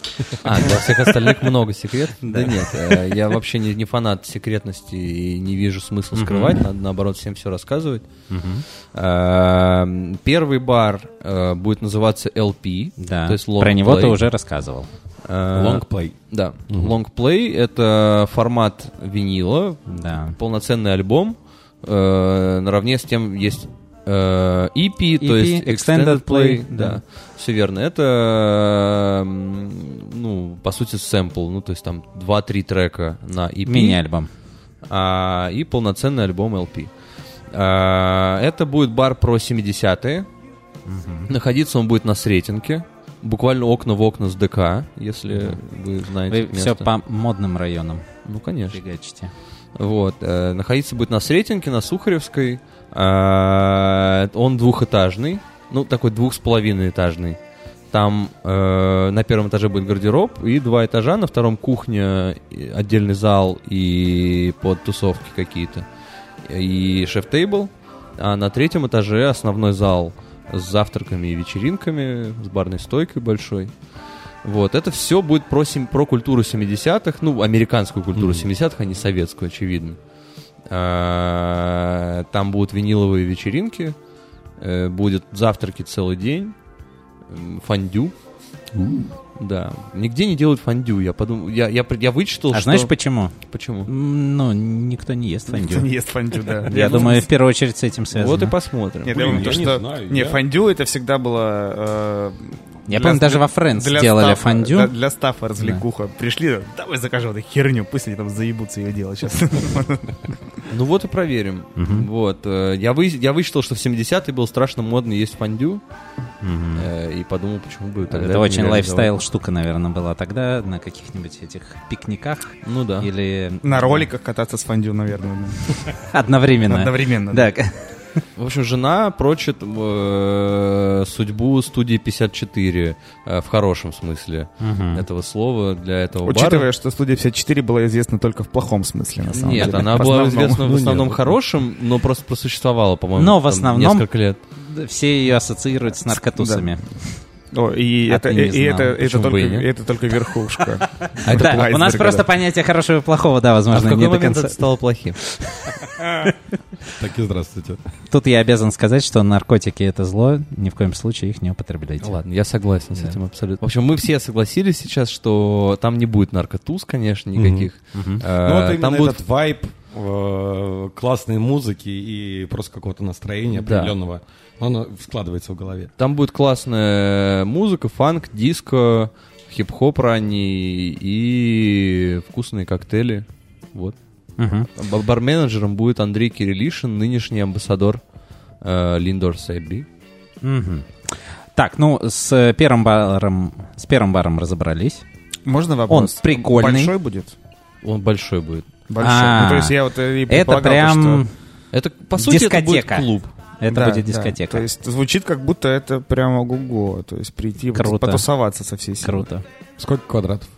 D: А, для всех остальных много секретов? Да нет, э, я вообще не не фанат секретности и не вижу смысла скрывать, надо наоборот всем все рассказывать. Эм, Первый бар э, будет называться LP.
B: Да.
D: то есть long
B: Про него ты
D: play.
B: уже рассказывал.
D: Э,
C: Лонгплей.
D: Да, long play — это формат винила,
B: Да.
D: полноценный альбом, э, наравне с тем есть э, EP, то
B: EP,
D: есть
B: E extended play,
D: да.
B: да.
D: Все верно. Это, м, ну, по сути, сэмпл, ну, то есть там 2-3 трека на EP.
B: Мини-альбом.
D: а, и полноценный альбом LP. А, это будет бар про 70-е. Находиться он будет на Сретенке. Буквально окна в окна с ДК, если вы знаете
B: Вы
D: это
B: все
D: место.
B: по модным районам
D: Ну, конечно.
B: фигачите.
D: Вот. э, находиться будет на Сретенке, на Сухаревской. А, он двухэтажный. Ну, такой двух с половиной этажный. Там э, на первом этаже будет гардероб и два этажа, на втором кухня, и отдельный зал и под тусовки какие-то. И шеф-тейбл. А на третьем этаже основной зал с завтраками и вечеринками, с барной стойкой большой. Вот, это все будет про, сем- про культуру 70-х, ну, американскую культуру 70-х, а не советскую, очевидно. А, Там будут виниловые вечеринки, э, будет завтраки целый день, м, фондю. Да, нигде не делают фондю, я подумал, я, я, при- я вычитал,
B: А
D: ну что...
B: знаешь почему?
D: почему?
B: М, Ну, никто не ест
E: Никто
B: фондю.
E: не ест фондю, да.
B: Я думаю, в первую очередь с этим связано.
D: Вот и посмотрим.
E: Нет,
C: Блин,
E: я думаю,
C: я
E: то,
C: не
E: что...
C: знаю,
E: не,
C: я-
E: фондю это всегда было... э,
B: Я
E: для-
B: помню, даже
E: для-
B: во Фрэнс
E: для
B: делали
E: стаффа,
B: фондю.
E: Для, для стаффа развлекуха. Пришли, давай закажем эту херню, пусть они там заебутся ее делать сейчас.
D: Ну вот и проверим. Вот. э, Я, вы, я вычитал, что в 70-е было страшно модно есть фондю. Э, И подумал, почему бы тогда
B: Это
D: не
B: очень
D: реализовать.
B: лайфстайл штука, наверное, была тогда на каких-нибудь этих пикниках
D: Ну да.
B: или
E: [LAUGHS] На роликах кататься с фондю, наверное.
B: одновременно.
E: Одновременно.
B: Да. [LAUGHS]
D: В общем, жена прочит э, судьбу студии 54 э, в хорошем смысле этого слова для этого бара.
E: Учитывая, что студия 54 была известна только в плохом смысле, на самом деле.
D: Нет, она
E: В
D: была
E: основном.
D: известна в
E: Ну,
D: основном
E: нет.
D: хорошим, но просто просуществовала, по-моему,
B: Но в
D: там
B: основном-
D: несколько лет.
B: Все ее ассоциируют с наркотусами.
E: О, и
B: А
E: это,
B: ты не
E: и, и
B: знал.
E: это, это,
D: Почему бы
E: только,
D: и нет?
E: это
B: [LAUGHS]
E: только верхушка.
D: это
B: Да,
E: был
B: А у нас
E: А айсберг,
B: просто
E: да.
B: понятие хорошего и плохого, да,
D: А в
B: возможно,
D: какой
B: не до
D: момент
B: конца.
D: это стало плохим?
C: Так и здравствуйте.
B: Тут я обязан сказать, что наркотики — это зло, ни в коем случае их не употребляйте.
D: Ладно, я согласен с
B: Да.
D: этим абсолютно. В общем, мы все согласились сейчас, что там не будет наркотуз, конечно, никаких.
C: Ну,
D: А,
C: вот именно
D: там будут
C: этот вайб э, классной музыки и просто какого-то настроения
D: Да.
C: определенного. Он складывается в голове.
D: Там будет классная музыка, фанк, диско, хип-хоп ранний и вкусные коктейли. Вот.
B: Мгм.
D: Б- Бар-менеджером будет Андрей Кириллишин, нынешний амбассадор э, Линдор Сэби.
B: Мгм. Так, ну, с э, первым баром, с первым баром разобрались.
E: Можно вопрос?
B: Он прикольный.
E: Большой будет?
D: Он большой будет.
E: Большой.
B: А.
E: Ну, то есть я вот и
B: Это
E: предполагал,
B: прям...
E: что-
D: Это, по сути,
B: Дискотека.
D: это будет клуб.
B: Это
E: Да,
B: будет
E: да.
B: дискотека.
E: То есть звучит как будто это прямо гуго. То есть прийти вот
B: Круто.
E: потусоваться со всей силы.
B: Круто.
C: Сколько квадратов?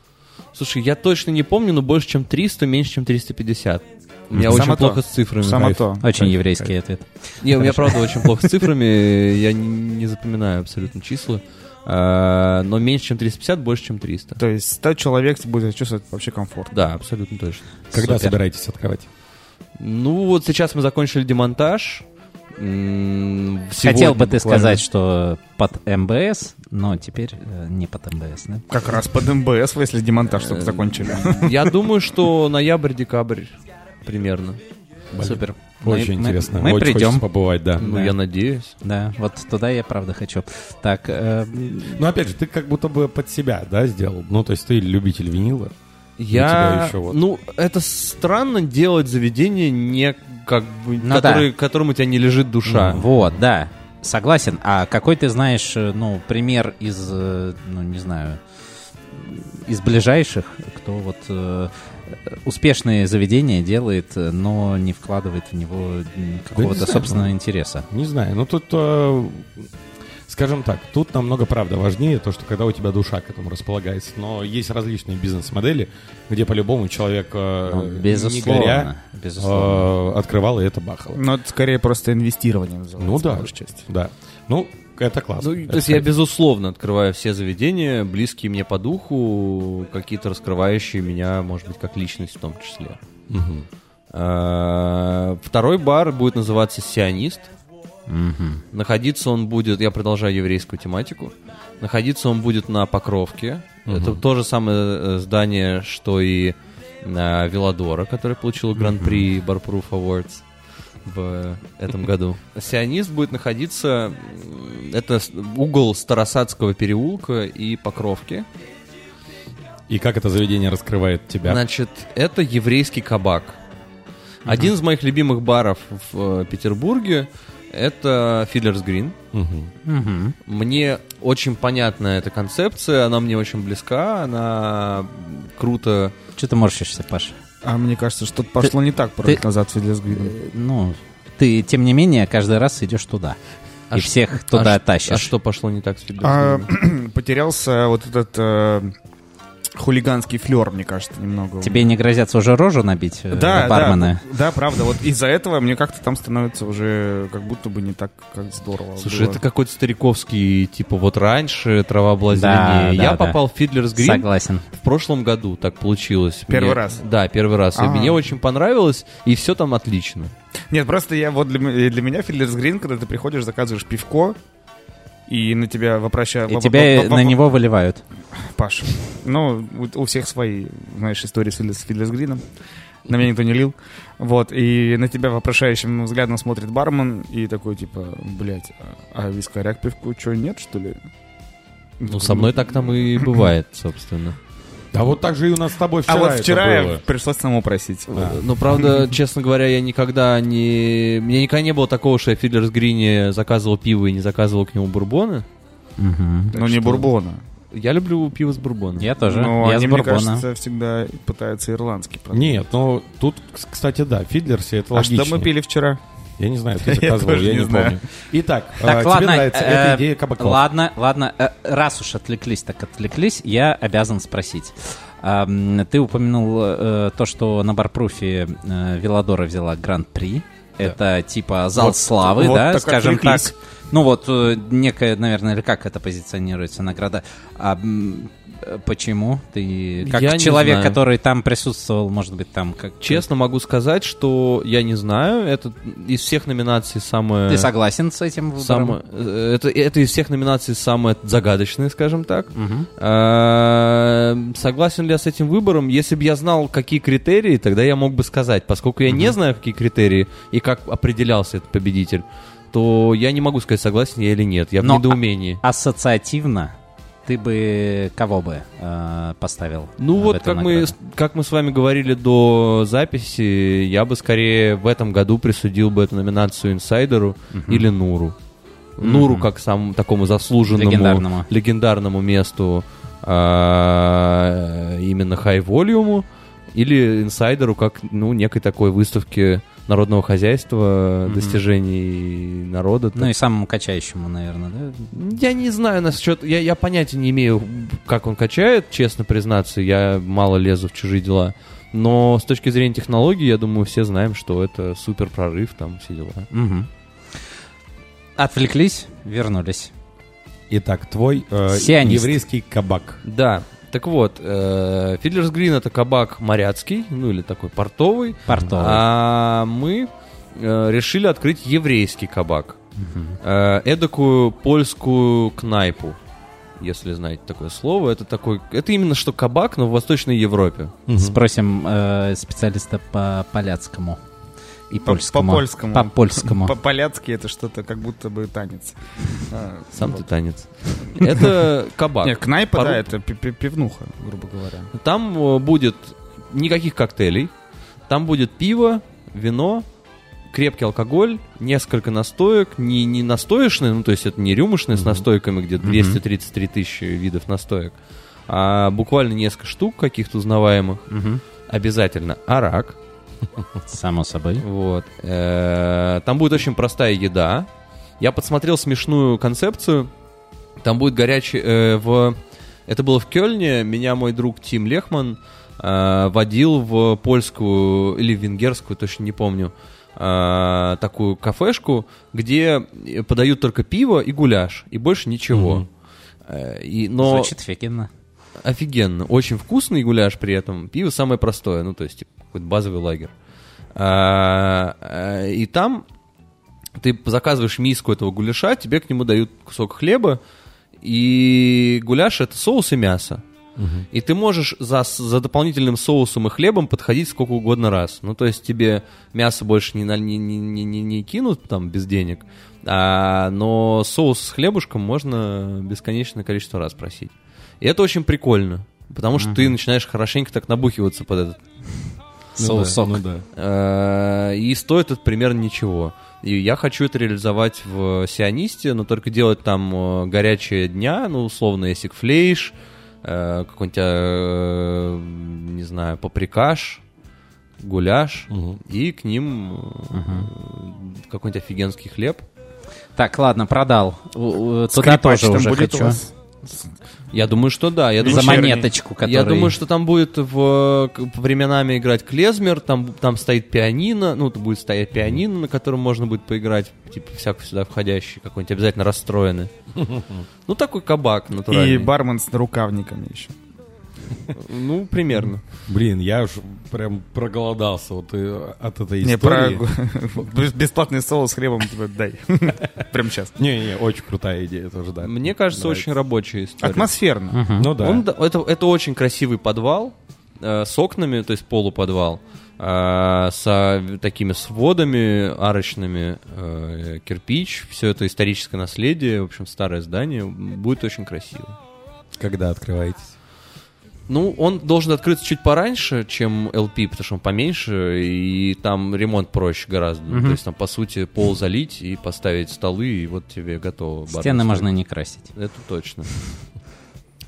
D: Слушай, я точно не помню, но больше, чем 300, меньше, чем 350. У меня
E: Само
D: очень
E: то.
D: плохо с цифрами.
E: Само
D: Кайф.
E: то.
B: Очень еврейский ответ.
D: Не, у меня правда очень плохо с цифрами, я не, не запоминаю абсолютно числа. А, Но меньше, чем 350, больше, чем 300.
E: То есть 100 человек будет себя чувствовать вообще комфортно.
D: Да, абсолютно точно.
C: Когда
B: Супер.
C: собираетесь открывать?
D: Ну вот сейчас мы закончили демонтаж. М, сегодня
B: Хотел бы ты
D: буквально.
B: сказать, что под МБС, но теперь э, не под МБС, да?
E: Как раз под МБС, вы, если демонтаж
B: Э,
E: только закончили.
D: Я думаю, что ноябрь-декабрь примерно.
B: Супер.
C: Очень
B: Мы- мы-
C: интересно.
B: Мы,
C: Очень
B: придем.
C: хочется побывать, да.
D: Ну,
B: Да.
D: я надеюсь.
B: Да, вот туда я правда хочу. Так, э,
C: Но Ну, опять же, ты как будто бы под себя, да, сделал. Ну, то есть ты любитель винила. тебя
D: Я...
C: еще вот.
D: Ну, это странно делать заведение, не как бы,
B: Ну
D: которое- которому у тебя не лежит душа.
B: вот, да, согласен. А какой ты знаешь, э, ну, пример из, э, ну, не знаю, из ближайших, кто вот э, успешные заведения делает, э, но не вкладывает в него м, какого-то
C: знаю. ну.
B: собственного интереса?
C: Не знаю, ну тут, э, скажем так, тут намного правда важнее то, что когда у тебя душа к этому располагается. Но есть различные бизнес-модели, где по-любому человек, э,
B: Ну,
C: не
B: безусловно,
C: горя,
B: безусловно.
C: э, открывал и это бахало.
E: Но это скорее просто инвестирование называется.
C: Ну да.
E: по большей части.
C: Да. Ну, это классно.
D: Ну,
C: Это
D: то есть я
C: кайф.
D: безусловно открываю все заведения, близкие мне по духу, какие-то раскрывающие меня, может быть, как личность в том числе.
C: Мгм.
D: А, Второй бар будет называться «Сионист».
B: Мгм.
D: Находиться он будет, я продолжаю еврейскую тематику, находиться он будет на Покровке. Это то же самое э, здание, что и э, Велодора, который получил Гран-при Барпруф Awards в этом году. Сионист будет находиться, м, это с- угол Старосадского переулка и Покровки.
C: И как это заведение раскрывает тебя?
D: Значит, это еврейский кабак. Один из моих любимых баров в э, Петербурге это Фидлерс Грин.
C: Мгм.
B: Мгм.
D: Мне очень понятна эта концепция, она мне очень близка, она круто.
B: Че ты морщишься, Паш?
E: А мне кажется, что-то пошло не так пару
B: ты-
E: лет назад в Фидлес Гридом.
B: Э, Ну, ты, тем не менее, каждый раз идешь туда.
D: А
B: и
D: ш-
B: всех туда
D: а, ш-
B: тащишь.
D: А что пошло не так с Фидлерс
E: А,
D: Грином?
E: Потерялся вот этот э, хулиганский флер, мне кажется, немного.
B: Тебе не грозятся уже рожу набить э,
E: да,
B: бармена?
E: да, да, правда. Вот из-за этого мне как-то там становится уже как будто бы не так как здорово.
D: Слушай,
E: было.
D: это какой-то стариковский, типа, вот раньше трава была
B: Да,
D: зеленее. Я
B: да, да.
D: попал в Фидлерс Грин
B: Согласен.
D: в прошлом году, так получилось.
E: Первый
D: Мне-
E: раз?
D: Да, первый раз. И
E: А.
D: мне очень понравилось, и все там отлично.
E: Нет, просто я вот для, м- для меня Фидлерс Грин, когда ты приходишь, заказываешь пивко, и на тебя вопрощают...
B: И тебя на него выливают.
E: Паш. Ну, у, у всех свои, знаешь, истории с, Фидлес- с Фидлес Грином. На меня никто не лил. Вот, и на тебя вопрошающим взглядом смотрит бармен и такой, типа, блядь, а а вискаря к пивку что, нет, что ли?
D: Ну, со мной так там [CLEARS THROAT] и бывает, собственно.
C: Да вот так же и у нас с
E: А
C: тобой вчера
E: вот
C: это
E: вчера
C: было.
E: я пришлось самому просить.
C: Да.
D: Но, Ну, правда, честно говоря, я никогда не... Мне никогда не было такого, что я в Фидлерс Грине заказывал пиво и не заказывал к нему бурбоны.
B: Мгм.
E: Но Ну, не
D: что-
E: бурбона.
D: Я люблю пиво с бурбоном.
B: Я тоже.
E: Но
B: Я с
E: Ну, они, мне
B: Бурбона.
E: кажется, всегда пытаются ирландский. продать.
C: Нет, ну тут, к- кстати, да, Фидлерсе это
E: А что мы
C: логично.
E: пили вчера?
C: Я не знаю,
E: [LAUGHS]
C: ты
E: Я
C: заказывал,
E: тоже
C: я
E: не
C: не
E: знаю.
C: помню. Итак, а,
B: Так,
C: тебе
B: ладно.
C: нравится
B: э,
C: эта идея кабаков.
B: Ладно, ладно. э, Раз уж отвлеклись, так отвлеклись, я обязан спросить. Ам, Ты упомянул э, то, что на барпруфе э, Веладора взяла гран-при. Это типа зал
E: Вот-
B: славы,
E: вот
B: да,
E: так
B: скажем так.
E: отвлеклись.
B: Ну вот, э, некая, наверное, или как это позиционируется, награда. А м, э, почему? Ты как
D: Я не
B: человек,
D: знаю.
B: который там присутствовал, может быть, там как...
D: Честно могу сказать, что я не знаю. Это из всех номинаций самое...
B: Ты согласен с этим выбором?
D: самое- э, это, это из всех номинаций самое загадочное, скажем так.
B: Мгм.
D: Э, Согласен ли я с этим выбором? Если бы я знал, какие критерии, тогда я мог бы сказать. Поскольку я не знаю, какие критерии и как определялся этот победитель, то я не могу сказать, согласен я или нет. Я в
B: Но- а
D: недоумении.
B: Ассоциативно ты бы кого бы э, поставил?
D: Ну
B: в
D: вот,
B: эту
D: как мы,
B: награду?
D: с- как мы с вами говорили до записи, я бы скорее в этом году присудил бы эту номинацию инсайдеру или Нуру. Нуру как самому такому заслуженному
B: Легендарному.
D: легендарному месту а, именно хай-волюму или инсайдеру как ну некой такой выставке народного хозяйства, достижений народа.
B: Ну и самому качающему, наверное, да?
D: Я не знаю насчет... Я, я понятия не имею, как он качает, честно признаться. Я мало лезу в чужие дела. Но с точки зрения технологий, я думаю, все знаем, что это супер прорыв, там все дела.
B: Мгм. Отвлеклись, вернулись.
C: Итак, твой э,
B: Сионист.
C: еврейский кабак.
D: Да, так вот, э, Фидлерс Грин это кабак моряцкий, ну или такой портовый.
B: Портовый.
D: А мы э, решили открыть еврейский кабак. Э, эдакую польскую кнайпу, если знаете такое слово. Это такой, это именно что кабак, но в Восточной Европе.
B: Спросим э, специалиста по поляцкому и польскому.
E: по-польскому.
B: По польскому.
E: По-поляцки это что-то как будто бы танец. А,
D: Сам
E: вот.
D: ты танец. Это
E: Не,
D: кабак.
E: кнайпа,
D: Пору-
E: да, это пи- пи- пивнуха, грубо говоря.
D: Там э, будет никаких коктейлей. Там будет пиво, вино, крепкий алкоголь, несколько настоек. Не, не настоечные, ну то есть это не рюмочные с настойками, где 233 тысячи видов настоек. А буквально несколько штук каких-то узнаваемых.
B: Мгм.
D: Обязательно арак.
B: Само собой.
D: Вот. Э, Там будет очень простая еда. Я подсмотрел смешную концепцию. Там будет горячий... э, в... Это было в Кёльне. Меня мой друг Тим Лехман э, водил в польскую или венгерскую, точно не помню, э, такую кафешку, где подают только пиво и гуляш, и больше ничего. Э, И, но...
B: Звучит офигенно.
D: Офигенно. Очень вкусный гуляш при этом. Пиво самое простое, ну, то есть, типа, какой-то базовый лагерь. А, а, И там ты заказываешь миску этого гуляша, тебе к нему дают кусок хлеба, и гуляш — это соус и мясо. И ты можешь за, с- за дополнительным соусом и хлебом подходить сколько угодно раз. Ну, то есть тебе мясо больше не, на- не, не, не- не- не кинут там без денег, а, но соус с хлебушком можно бесконечное количество раз просить. И это очень прикольно, потому что ты начинаешь хорошенько так набухиваться под этот
B: Соусок.
C: Ну да.
D: Э, И стоит это примерно ничего. И я хочу это реализовать в Сионисте, но только делать там э, горячие дня, ну, условно, эсик флейш, э, какой-нибудь, э, не знаю, паприкаш, гуляш,
C: Мгм.
D: и к ним э, какой-нибудь офигенский хлеб.
B: Так, ладно, продал. У- у- Туда
E: Скрипач
B: тоже
E: там
B: уже
E: будет у
B: хочу.
E: вас?
D: Я думаю, что да. Я думаю,
B: За
D: что-
E: Вечерний.
B: монеточку, которая...
D: Я думаю, что там будет в, к- временами играть клезмер, там, там стоит пианино, ну, будет стоять пианино, на котором можно будет поиграть, типа, всяко сюда входящий какой-нибудь, обязательно расстроенный. Ну, такой кабак натуральный.
E: И бармен с нарукавниками еще.
D: Ну, примерно.
C: Блин, я уж прям проголодался вот э, от этой
E: Не, про
C: [LAUGHS] истории.
E: [LAUGHS] бес- бесплатный соус с хлебом тебе дай. [LAUGHS] Прям сейчас.
C: Не-не, очень крутая идея тоже, да.
D: Мне кажется,
C: Нравится.
D: очень рабочая история.
E: Атмосферно.
C: Ну да.
D: Он да- это, это очень красивый подвал э, с окнами, то есть полуподвал, э, с а, такими сводами арочными, э, кирпич, все это историческое наследие, в общем, старое здание, м, будет очень красиво.
C: Когда открываетесь?
D: Ну, он должен открыться чуть пораньше, чем LP, потому что он поменьше, и там ремонт проще гораздо. То есть там, по сути, пол залить и поставить столы, и вот тебе готово. барная
B: Стены
D: стойка.
B: можно не красить.
D: Это точно.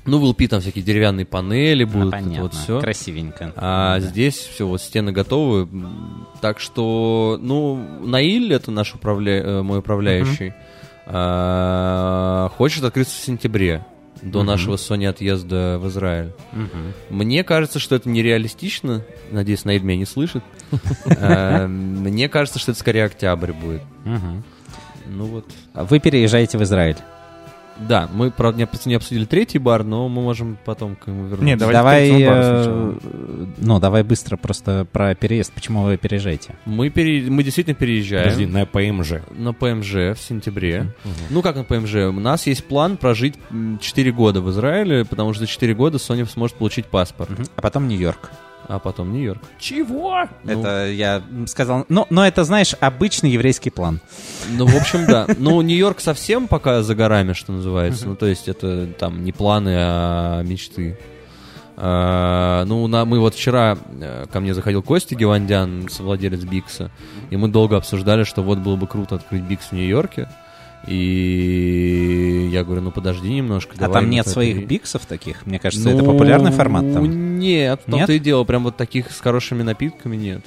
D: Ну, в LP там всякие деревянные панели
B: Ну,
D: будут, это
B: понятно.
D: вот все.
B: Красивенько.
D: А
B: Да.
D: здесь все, вот стены готовы. М, Так что, ну, Наиль, это наш управля... э, мой управляющий, а, хочет открыться в сентябре, до нашего Sony отъезда в Израиль.
B: Мгм.
D: Мне кажется, что это нереалистично. Надеюсь, Наиль А, меня не слышит. Э, Мне кажется, что это скорее октябрь будет.
B: Мгм.
D: Ну вот.
B: А Вы переезжаете в Израиль.
D: Да, мы, правда, не обс- не обсудили третий бар, но мы можем потом к нему вернуться.
E: Нет, давайте
B: давай,
E: к третьему бару
B: э,
E: сначала.
B: ну, давай быстро просто про переезд. Почему вы переезжаете?
D: Мы, пере... мы действительно
E: Э.
D: переезжаем.
C: Подожди, на ПМЖ.
D: на ПМЖ в сентябре. Ну как на ПМЖ? У нас есть план прожить 4 года в Израиле, потому что за 4 года Соня сможет получить паспорт,
B: А потом Нью-Йорк.
D: а потом Нью-Йорк.
C: Чего?
D: Ну,
B: Это я сказал. Но, но это, знаешь, обычный еврейский план.
D: Ну, в общем, да. Ну, Нью-Йорк совсем пока за горами, что называется. Ну, то есть это там не планы, а мечты. А, ну, на, мы вот вчера э, ко мне заходил Костя Гевандян, совладелец Бикса, и мы долго обсуждали, что вот было бы круто открыть Бикс в Нью-Йорке. И я говорю, ну подожди немножко.
B: а
D: давай
B: там
D: мы
B: нет
D: это
B: своих
D: и-
B: биксов таких? Мне кажется,
D: Ну,
B: это популярный формат там.
D: Нет, в
B: Нет?
D: том-то и дело, прям вот таких с хорошими напитками нет.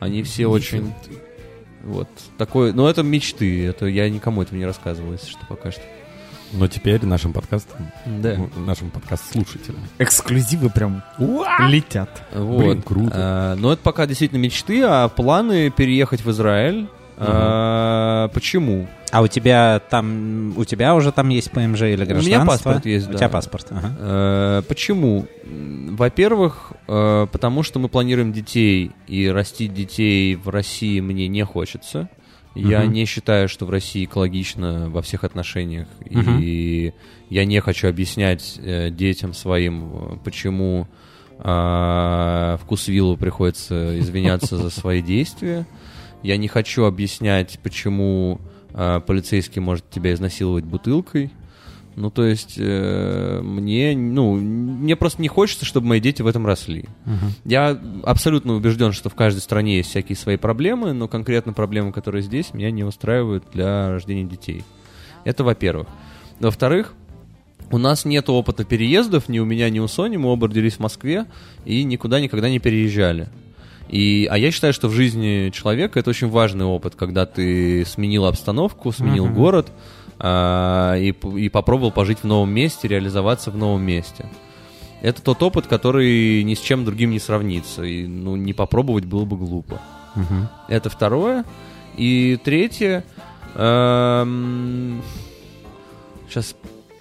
D: Они все очень... Вот, такой, ну это мечты, это я никому этого не рассказывал, если что, пока что.
C: Но теперь нашим подкастом,
D: Да.
C: ну, нашим подкаст-слушателям.
E: Эксклюзивы прям летят.
D: Вот.
C: Блин, круто.
D: А, но это пока действительно мечты, а планы переехать в Израиль. А, почему?
B: А у тебя там, у тебя уже там есть ПМЖ или
D: меня
B: гражданство?
D: паспорт есть,
B: У
D: да.
B: тебя паспорт, ага.
D: Э, Почему? М, Во-первых, э, потому что мы планируем детей, и растить детей в России мне не хочется. Я
B: Мгм.
D: не считаю, что в России экологично во всех отношениях.
B: Мгм.
D: И я не хочу объяснять э, детям своим, э, почему а, вкусвиллу приходится извиняться
B: [LAUGHS]
D: за свои действия. Я не хочу объяснять, почему а, полицейский может тебя изнасиловать бутылкой. Ну, то есть, э, мне, ну, мне просто не хочется, чтобы мои дети в этом росли. Я абсолютно убежден, что в каждой стране есть всякие свои проблемы, но конкретно проблемы, которые здесь, меня не устраивают для рождения детей. Это во-первых. Во-вторых, у нас нет опыта переездов, ни у меня, ни у Сони, мы оба родились в Москве и никуда никогда не переезжали. И, а я считаю, что в жизни человека это очень важный опыт, когда ты сменил обстановку, сменил город а, и, п- и попробовал пожить в новом месте, реализоваться в новом месте. Это тот опыт, который ни с чем другим не сравнится. И ну, не попробовать было бы глупо. Это второе. И третье. сейчас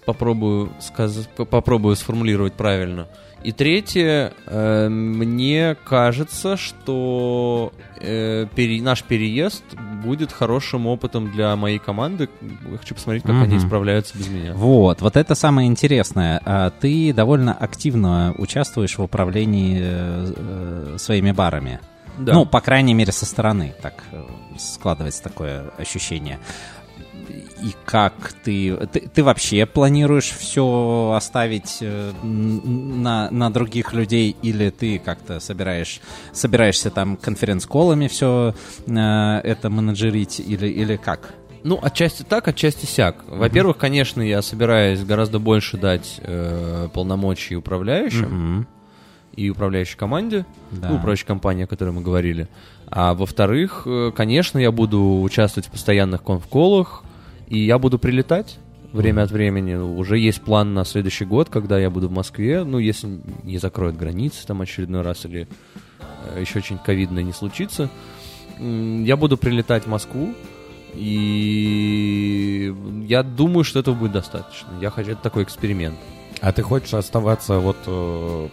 D: попробую, сказ- п- попробую сформулировать правильно. И третье, э, мне кажется, что э, пере- наш переезд будет хорошим опытом для моей команды. Я хочу посмотреть, как они
B: Мгм.
D: справляются без меня.
B: Вот, вот это самое интересное. А, Ты довольно активно участвуешь в управлении э, э, своими барами.
D: Да.
B: Ну, по крайней мере, со стороны так э, складывается такое ощущение. И как ты... Ты, ты вообще планируешь все оставить э, н- на, на других людей, или ты как-то собираешь, собираешься там конференц-колами все это менеджерить, или, или как?
D: Ну, отчасти так, отчасти сяк. Во-первых, конечно, я собираюсь гораздо больше дать э, полномочий управляющим
B: Мгм.
D: и управляющей команде,
B: Да.
D: ну, управляющей компании, о которой мы говорили. А во-вторых, э, конечно, я буду участвовать в постоянных конфколах, и я буду прилетать время от времени. Уже есть план на следующий год, когда я буду в Москве, ну, если не закроют границы там очередной раз или э, еще что-нибудь ковидное не случится. М, Я буду прилетать в Москву, и я думаю, что этого будет достаточно. Я хочу это такой эксперимент.
C: А ты хочешь оставаться вот э,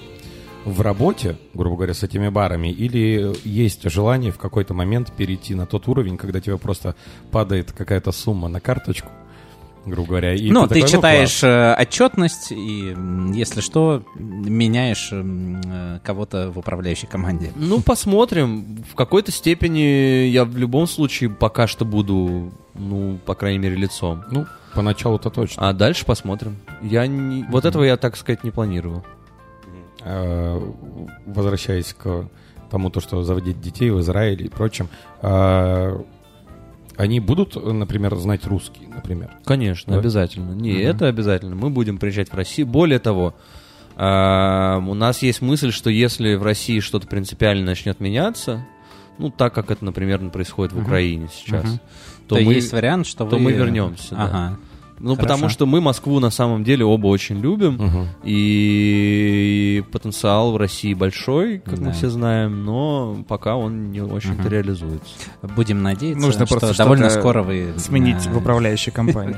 C: в работе, грубо говоря, с этими барами, или есть желание в какой-то момент перейти на тот уровень, когда тебе просто падает какая-то сумма на карточку, грубо говоря, и
B: ну, ты
C: такой, класс.
B: читаешь э, отчетность и, м, если что, меняешь м, э, кого-то в управляющей команде.
D: Ну, посмотрим. В какой-то степени я в любом случае пока что буду, ну, по крайней мере, лицом.
C: Ну, поначалу-то точно.
D: А дальше посмотрим. Я не... Вот этого я, так сказать, не планировал.
C: Э, возвращаясь к тому, то, что заводить детей в Израиле и прочем, э, они будут, например, знать русский, например.
D: Конечно,
C: Да?
D: обязательно. Не,
C: Мгм.
D: это обязательно. Мы будем приезжать в Россию. Более того, а, у нас есть мысль, что если в России что-то принципиально начнет меняться, ну, так как это, например, происходит в Украине сейчас,
B: Мгм.
D: то,
B: То,
D: мы...
B: есть вариант, что вы-
D: то
B: э,
D: мы вернемся, да.
B: Ага.
D: Ну,
B: Хорошо.
D: потому что мы Москву на самом деле оба очень любим. И и потенциал в России большой, как
B: Да.
D: мы все знаем, но пока он не очень-то
B: Мгм.
D: реализуется.
B: Будем надеяться,
E: Нужно
B: что
E: просто
B: довольно
E: что-то
B: скоро вы...
E: Сменить
B: на-
E: в управляющей компании.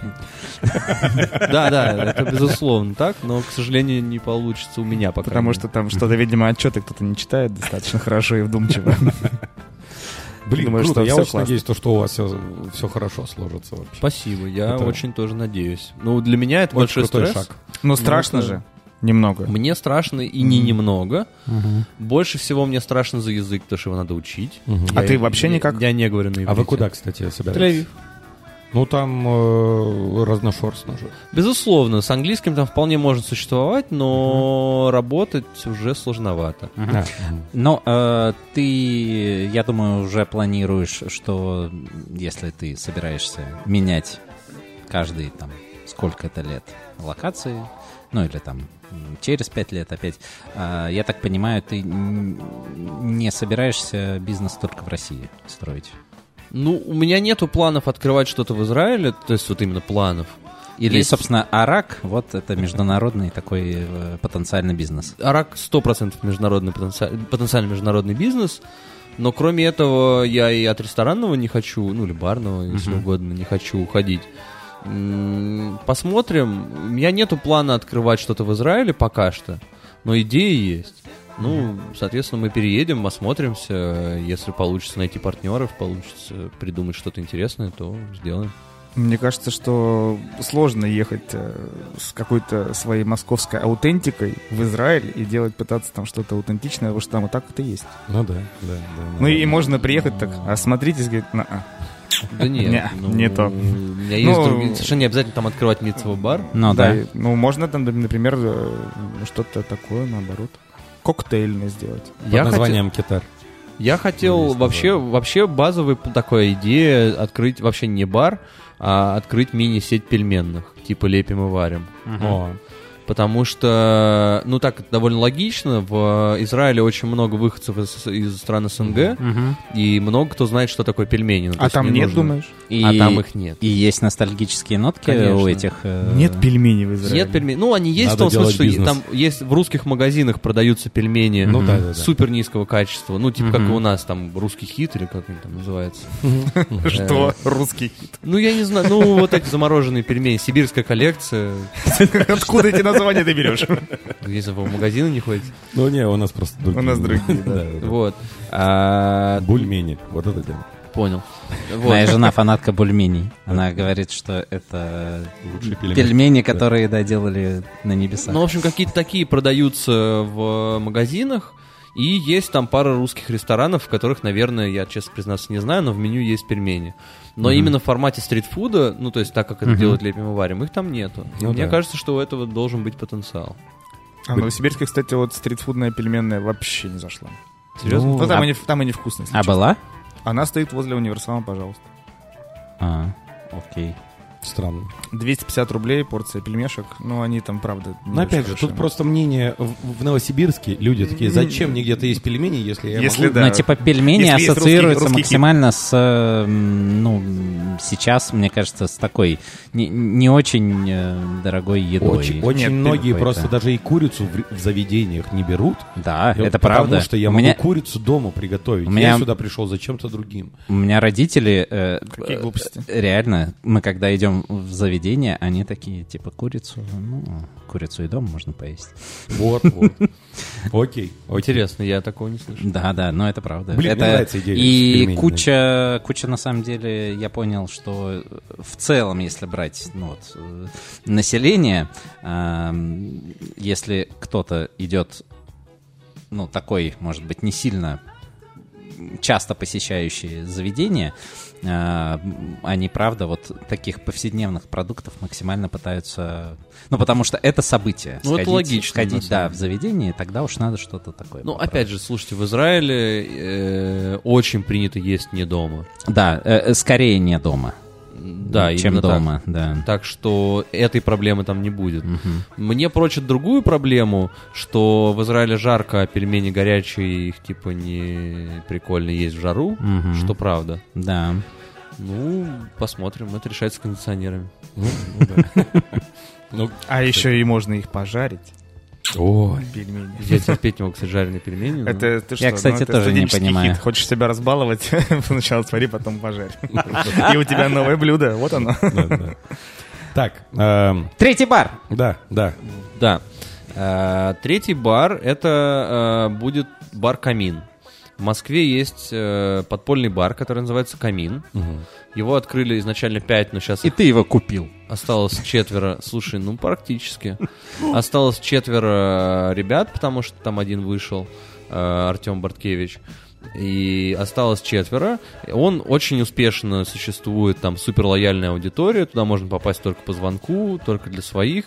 D: Да, да, это безусловно так, но, к сожалению, не получится у меня пока.
E: Потому что там что-то, видимо, отчеты кто-то не читает достаточно хорошо и вдумчиво.
C: Блин,
E: Думаю,
C: круто.
E: что
C: я
E: всё
C: очень
E: классно.
C: надеюсь, то, что у вас все, хорошо сложится вообще.
D: Спасибо, я
C: Это-
D: очень тоже надеюсь. Ну, для меня это большой
C: крутой
D: стресс.
C: шаг.
E: [LAUGHS] Ну, страшно
D: это-
E: же. Немного.
D: Мне страшно и не
E: Мгм.
D: немного.
B: Мгм.
D: Больше всего мне страшно за язык, потому что его надо учить.
C: Мгм.
E: А
D: Я-
E: ты вообще
D: я-
E: никак?
D: Я не говорю на
C: А вы
D: иврите.
C: куда, кстати, собираетесь?
D: Тель-Авив.
C: Ну, там э, разношерстно же.
D: Безусловно, с английским там вполне может существовать, но работать уже сложновато.
B: Мгм. Но э, ты, я думаю, уже планируешь, что если ты собираешься менять каждые там сколько-то лет локации, ну или там м, через пять лет опять, а, я так понимаю, ты н- не собираешься бизнес только в России строить?
D: Ну, у меня нету планов открывать что-то в Израиле, то есть вот именно планов.
B: Или,
D: Есть.
B: собственно, Арак, вот это международный такой э, потенциальный бизнес.
D: Арак 100% международный потенциаль, потенциально международный бизнес, но кроме этого я и от ресторанного не хочу, ну или барного, если
B: Мгм.
D: угодно, не хочу уходить. М, Посмотрим. У меня нету плана открывать что-то в Израиле пока что, но идеи есть. Ну, соответственно, мы переедем, осмотримся. Если получится найти партнеров, получится придумать что-то интересное, то сделаем.
E: Мне кажется, что сложно ехать э, с какой-то своей московской аутентикой в Израиль и делать, пытаться там что-то аутентичное, потому что там и так это есть.
C: Ну да, да, да.
E: Ну и можно приехать так, осмотритесь, говорит, на а,
D: Да нет,
E: Не,
D: [LAUGHS] ну,
E: не то.
D: У меня есть
E: Ну,
D: другие- Совершенно не обязательно там открывать митцевый бар.
B: Ну да.
E: и- ну, можно там, например, э, что-то такое, наоборот, коктейльное сделать.
C: Под
D: Я хотел-
C: названием Китар.
D: Я хотел
C: Есть
D: вообще,
C: такое.
D: вообще базовая п- такая идея открыть вообще не бар, а открыть мини-сеть пельменных, типа лепим и варим.
C: О,
D: Потому что, ну так это довольно логично, в э, Израиле очень много выходцев из, из стран СНГ,
B: Мгм.
D: и много кто знает, что такое пельмени. ну, то
E: А
D: есть
E: там
D: не
E: нет,
D: нужно-
E: думаешь?
B: И,
D: А там их нет.
B: и есть ностальгические нотки у
D: Конечно.
B: этих... э,
E: Нет пельменей в Израиле.
D: Нет пельменей. Ну, они есть
C: Надо
D: в том
C: делать
D: смысле, что
C: бизнес.
D: там есть в русских магазинах продаются пельмени.
C: Ну
B: Мгм.
C: да, да, да.
D: Супер низкого качества, ну, типа, как и
B: Мгм.
D: у нас, там, русский хит, или как они там называется.
E: Что? [LAUGHS] Русский хит.
D: Ну, я не знаю, ну, вот эти замороженные пельмени, сибирская коллекция,
E: Откуда эти названия ты берешь?
D: Если вы в магазины не ходите.
C: Ну не, у нас просто другие.
E: У нас
C: [LAUGHS]
E: другие, да.
D: Вот. А,
C: Бульмени, вот это дело.
D: Понял. Вот.
B: Моя жена фанатка бульменей. Она говорит, что это
C: Лучшие пельмени.
B: пельмени, которые доделали на небесах.
D: Ну, в общем, какие-то такие продаются в магазинах. И есть там пара русских ресторанов, в которых, наверное, я, честно признаться, не знаю, но в меню есть пельмени. Но
B: Мгм.
D: именно в формате стритфуда, ну, то есть так, как это
B: Мгм.
D: делают лепим и варим, их там нету. И
C: Ну
D: Мне
C: да.
D: кажется, что у этого должен быть потенциал.
E: А в Новосибирске, кстати, вот стритфудная пельменная вообще не зашла.
D: Серьезно?
E: Ну, там,
B: а-
E: они, там и невкусно. если
B: а
E: честно.
B: была?
E: Она стоит возле универсама, пожалуйста.
B: А, окей.
C: Странно.
E: 250 рублей порция пельмешек. Ну, они там, правда, не
C: Ну опять
E: очень
C: же,
E: хорошие.
C: тут просто мнение в, в Новосибирске люди такие, зачем мне где-то есть пельмени, если я
E: Если
C: могу
E: да.
B: Ну, типа, пельмени
E: Если есть русский-
B: ассоциируются
E: русский хит.
B: максимально с, э, м, ну, м, сейчас, мне кажется, с такой не, не очень э, дорогой едой.
C: Очень, очень
E: Нет, ты
C: многие
B: какой-то.
C: просто даже и курицу в, в заведениях не берут.
B: Да,
C: И вот
B: это
C: потому
B: правда.
C: что я
B: у,
C: могу
B: меня,
C: курицу дома приготовить.
B: У меня-
C: Я сюда пришел за чем-то другим.
B: у меня родители... э,
E: Какие
B: э,
E: глупости.
B: Реально, мы когда идем в заведение, они такие, типа, курицу, ну, курицу и дом можно поесть.
C: Вот, вот. Окей. окей.
D: Интересно, я такого не слышал.
B: Да, да, но это правда.
C: Блин, мне
B: это...
C: нравится идея с
B: И
C: пельменями.
B: куча, куча, на самом деле, я понял, что э, в целом, если брать ну, вот, э, население, ам, если кто-то идет, ну, такой, может быть, не сильно часто посещающие заведения, а, м, они, правда, вот таких повседневных продуктов максимально пытаются... Ну, потому что это событие.
D: Ну, это
B: Сходить-
D: логично, на
B: Сходить, да,
D: самом
B: в заведение, тогда уж надо что-то такое.
D: Ну,
B: попробовать.
D: опять же, слушайте, в Израиле э, очень принято есть не дома.
B: Да, э, э, скорее не дома,
D: Да,
B: чем
D: именно так.
B: дома, да.
D: Так что этой проблемы там не будет.
B: Мгм.
D: Мне прочат другую проблему, что в Израиле жарко, а пельмени горячие, их типа не прикольно есть в жару,
B: Мгм.
D: что правда.
B: Да.
D: Ну, посмотрим, это решается кондиционерами.
C: Ну, ну да. Ну,
E: А еще и можно их пожарить.
D: Ой.
E: пельмени.
B: [LAUGHS]
D: Я терпеть не мог, кстати, жареные пельмени. но-
E: Это ты что? ну,
B: Я, кстати,
E: это
B: тоже не
E: студенческий
B: понимаю.
E: хит. Хочешь себя разбаловать, [LAUGHS] сначала свари, потом пожарь. И у тебя новое блюдо, вот оно.
C: Да, да. Так, эм,
B: Третий бар.
C: да, да.
D: Да. Э, Третий бар это э, будет бар Камин. В Москве есть э, подпольный бар, который называется Камин. Его открыли изначально 5, но сейчас
B: И ты его купил.
D: осталось четверо. Слушай, ну практически. Осталось четверо э, ребят, потому что там один вышел, Артем Борткевич. И осталось четверо. Он очень успешно существует, там супер лояльная аудитория, туда можно попасть только по звонку, только для своих.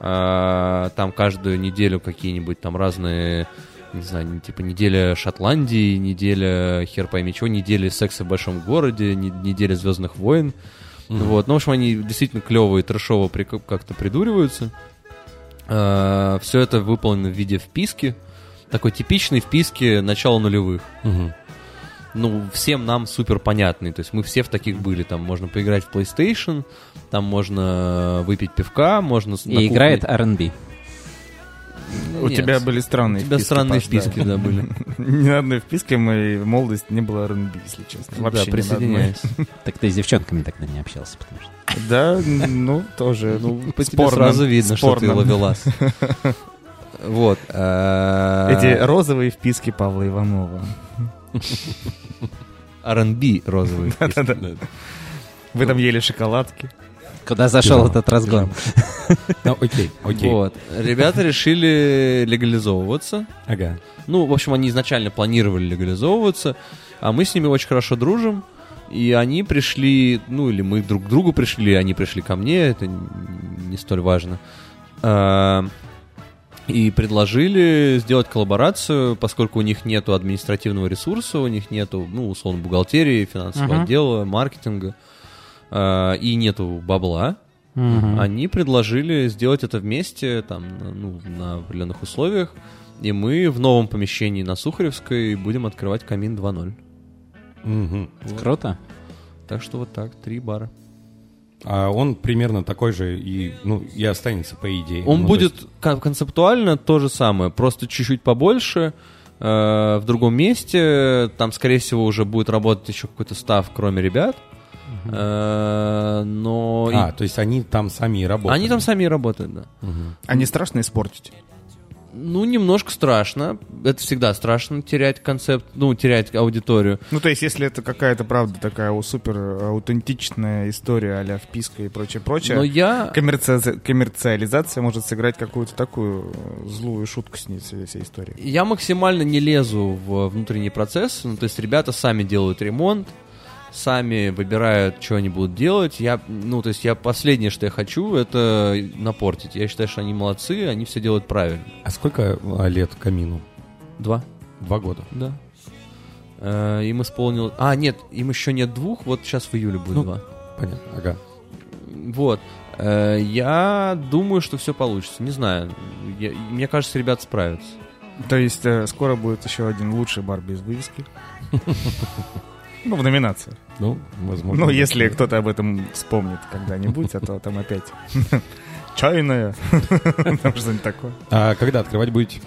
D: А, Там каждую неделю какие-нибудь там разные, не знаю, не- типа неделя Шотландии, неделя хер пойми чего, неделя секса в большом городе, не- неделя Звездных войн. Вот, ну, в общем, они действительно клевые, трэшово прик- как-то придуриваются. все это выполнено в виде вписки. Такой типичный вписки начала нулевых.
C: Мгм.
D: Ну, всем нам супер понятный. То есть мы все в таких были. Там можно поиграть в PlayStation, там можно выпить пивка, можно... с- на
B: И
D: кухне-
B: играет R&B.
E: У
D: Нет,
E: тебя были
D: у
E: странные
D: тебя
E: вписки,
D: странные
E: Паш, да.
D: вписки, да, [LAUGHS] были.
E: [LAUGHS] Ни на одной вписке моей молодости не было R&B, если честно. Вообще
D: Да, присоединяюсь.
B: Так ты с девчонками тогда не общался, потому что...
E: Да, ну, тоже.
D: Ну, по тебе
E: спорно,
D: сразу видно, что ты
E: спорно.
D: ловелас. Вот. э,
E: Эти розовые вписки Павла Иванова.
D: R&B розовые. вписки.
E: Вы там ели шоколадки.
B: Куда зашел этот разгон?
C: Ну, окей, окей.
D: Вот. Ребята решили легализовываться.
C: Ага.
D: Ну, в общем, они изначально планировали легализовываться, а мы с ними очень хорошо дружим. И они пришли, ну или мы друг к другу пришли, они пришли ко мне, это н- не столь важно. А, И предложили сделать коллаборацию, поскольку у них нету административного ресурса, у них нету, ну, условно, бухгалтерии, финансового
B: Мгм.
D: отдела, маркетинга, а, и нету бабла.
B: Мгм.
D: Они предложили сделать это вместе, там, на- ну, на определенных условиях. И мы в новом помещении на Сухаревской будем открывать камин 2.0.
C: Мгм.
B: Круто.
D: Так что вот так, три бара.
C: А он примерно такой же и, ну, и останется, по идее.
D: Он
C: Ну, то
D: будет
C: есть-
D: кон- концептуально то же самое, просто чуть-чуть побольше, э, в другом месте. Там, скорее всего, уже будет работать еще какой-то став, кроме ребят. Э, но и-
C: А, то есть они там сами и работают.
D: они там сами и работают, да.
E: А не страшно испортить?
D: Ну, немножко страшно. Это всегда страшно терять концепт, ну, терять аудиторию.
E: Ну, то есть, если это какая-то, правда, такая у- супер э, аутентичная история а-ля вписка и прочее-прочее,
D: Но я...
E: коммерци- коммерциализация может сыграть какую-то такую э, злую шутку с ней, с этой всей историей.
D: Я максимально не лезу в внутренний процесс. Ну, то есть ребята сами делают ремонт, сами выбирают, что они будут делать. Я, ну, то есть я последнее, что я хочу, это напортить. Я считаю, что они молодцы, они все делают правильно.
C: А сколько а, лет камину?
D: Два,
C: Два года.
D: да. Э, Им исполнил... А, нет, им еще нет двух, вот сейчас в июле будет
C: Ну.
D: два.
C: Понятно. Ага.
D: Вот. Э, Я думаю, что все получится. Не знаю. Я- мне кажется, ребята справятся.
E: То есть, э, скоро будет еще один лучший бар без
D: [LAUGHS]
E: вывески. Ну, в номинации.
C: Ну, возможно.
E: Ну, если кто-то об этом вспомнит когда-нибудь, а то там [LAUGHS] опять чайная, [LAUGHS] там что-нибудь такое.
C: А когда открывать будете?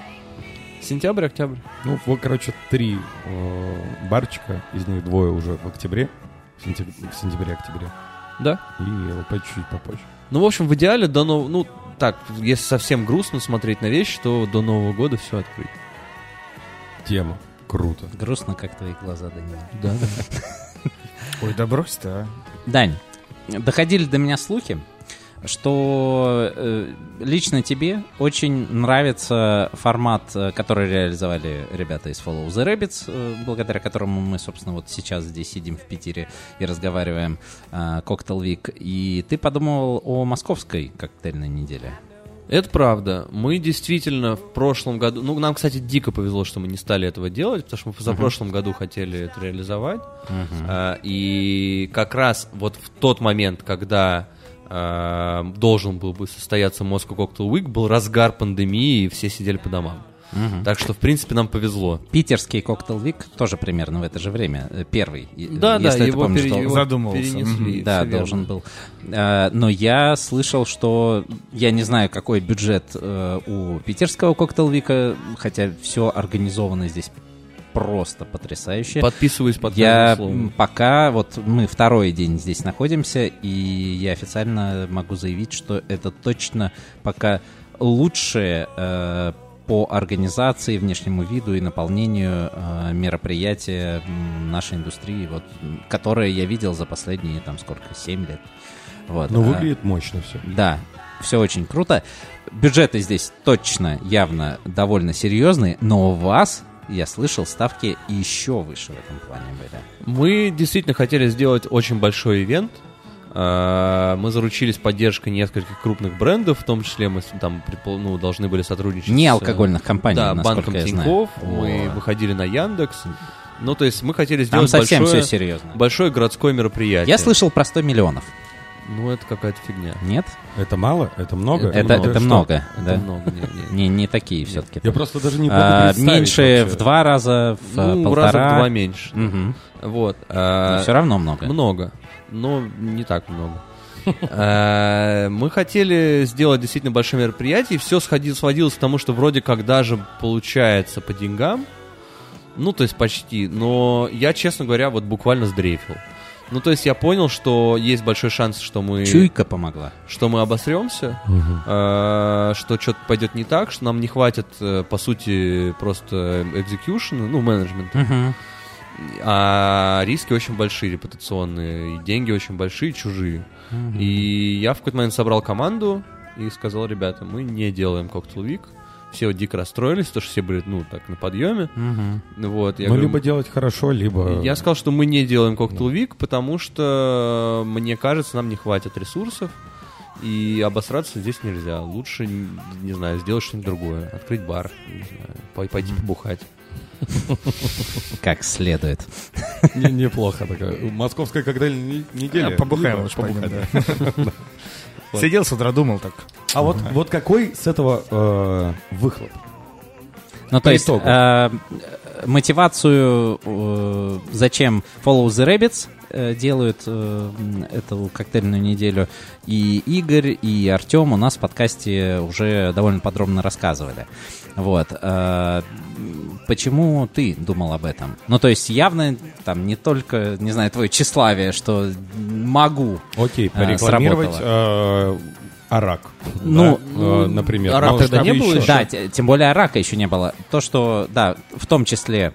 D: Сентябрь, октябрь.
C: Ну, вот, короче, три э, барчика, из них двое уже в октябре, в сентябре, в сентябре октябре
D: Да.
C: и ЛП чуть-чуть попозже.
D: Ну, в общем, в идеале до нового... Ну, так, если совсем грустно смотреть на вещи, то до Нового года все открыть.
C: Тема. Круто.
B: Грустно, как твои глаза, Данила.
D: Да.
E: Ой, да брось ты, а.
B: Дань, доходили до меня слухи, что э, лично тебе очень нравится формат, э, который реализовали ребята из Follow the Rabbits, э, благодаря которому мы, собственно, вот сейчас здесь сидим в Питере и разговариваем Коктейл Вик. И ты подумал о московской коктейльной неделе.
D: Это правда. Мы действительно в прошлом году... Ну, нам, кстати, дико повезло, что мы не стали этого делать, потому что мы в позапрошлом году хотели это реализовать. А, И как раз вот в тот момент, когда а, должен был бы состояться Moscow Cocktail Week, был разгар пандемии, и все сидели по домам.
B: Мгм.
D: Так что, в принципе, нам повезло.
B: Питерский коктейл Вик тоже примерно в это же время, э, первый. э,
D: Да, да,
B: если ты
D: его,
B: помнишь,
D: пере-
B: что-
D: его
E: задумывался.
D: перенесли.
B: Да,
D: всё верно.
B: должен был. Э, Но я слышал, что я не знаю, какой бюджет э, у питерского коктейлвика, хотя все организовано здесь просто потрясающе.
D: Подписываюсь под
B: Я
D: каждым словом.
B: м, пока, вот мы второй день здесь находимся, и я официально могу заявить, что это точно пока лучшее э, по организации, внешнему виду и наполнению э, мероприятия м, нашей индустрии, вот, м, которое я видел за последние, там, сколько, 7 лет. Вот,
C: Ну,
B: а,
C: выглядит мощно все.
B: да, все очень круто. Бюджеты здесь точно, явно довольно серьезные, но у вас, я слышал, ставки еще выше в этом плане были.
D: Мы действительно хотели сделать очень большой ивент. А, Мы заручились поддержкой нескольких крупных брендов, в том числе мы с- там предпол- ну, должны были сотрудничать
B: Не
D: с, э,
B: алкогольных компаний,
D: да,
B: насколько
D: банком
B: я знаю.
D: Тинькофф. Мы
B: О.
D: выходили на Яндекс. Ну, то есть мы хотели
B: Там
D: сделать
B: совсем
D: большое, э.
B: все серьезно.
D: большое городское мероприятие.
B: Я слышал про 100 миллионов.
D: Ну, это какая-то фигня.
B: Нет?
C: Это мало? Это много?
B: это,
C: Ну,
B: это
C: что?
B: много. да.
D: Это много, не, не, не.
B: Не, не такие все-таки.
C: Я просто даже не могу представить
B: А, меньше
C: вообще.
B: в два раза, в э,
D: Ну, раза в
B: полтора.
D: два меньше. Вот. а,
B: все равно много.
D: Много, но не так много. Э, Мы хотели сделать действительно большое мероприятие, и все сводилось к тому, что вроде как даже получается по деньгам, ну, то есть почти, но я, честно говоря, вот буквально сдрейфил. Ну, то есть я понял, что есть большой шанс, что мы,
B: Чуйка помогла.
D: что мы обосремся,
C: Мгм.
D: э, что что-то пойдет не так, что нам не хватит, э, по сути, просто экзекьюшена, ну, менеджмента.
B: Мгм.
D: А риски очень большие, репутационные, и деньги очень большие, чужие.
B: Мгм.
D: И я в какой-то момент собрал команду и сказал, ребята, мы не делаем коктейл вик. Все вот дико расстроились, потому что все были, ну, так, на подъеме.
B: Мгм.
D: Вот, я
C: ну,
D: говорю,
C: либо э, делать хорошо, либо... [LAUGHS]
D: я сказал, что мы не делаем коктейл вик, потому что, мне кажется, нам не хватит ресурсов, и обосраться здесь нельзя. Лучше, н- не знаю, сделать что-нибудь другое. Открыть бар, не знаю, пой- пойти побухать.
B: Как следует.
C: Не- Неплохо такая. Московская коктейльная не- неделя.
E: А, побухаем
C: Либо
E: лучше пойдем,
C: побухать,
E: да. Сидел с утра, думал так.
C: [LAUGHS] А вот, вот какой с этого э, выхлоп?
B: Ну,
C: По
B: то есть,
C: итогу.
B: э, э, мотивацию, э, зачем Follow the Rabbits э, делают э, м, эту коктейльную неделю, и Игорь, и Артем у нас в подкасте уже довольно подробно рассказывали. Вот. э, м, Почему ты думал об этом? Ну, то есть, явно там не только, не знаю, твое тщеславие, что могу.
C: Окей,
B: А,
C: порекламировать э, Арак.
B: Ну,
C: да, э, например.
D: Арак
C: Мало
D: тогда
C: что
D: не было
C: еще.
D: еще?
B: Да, те- тем более рака еще не было. То, что, да, в том числе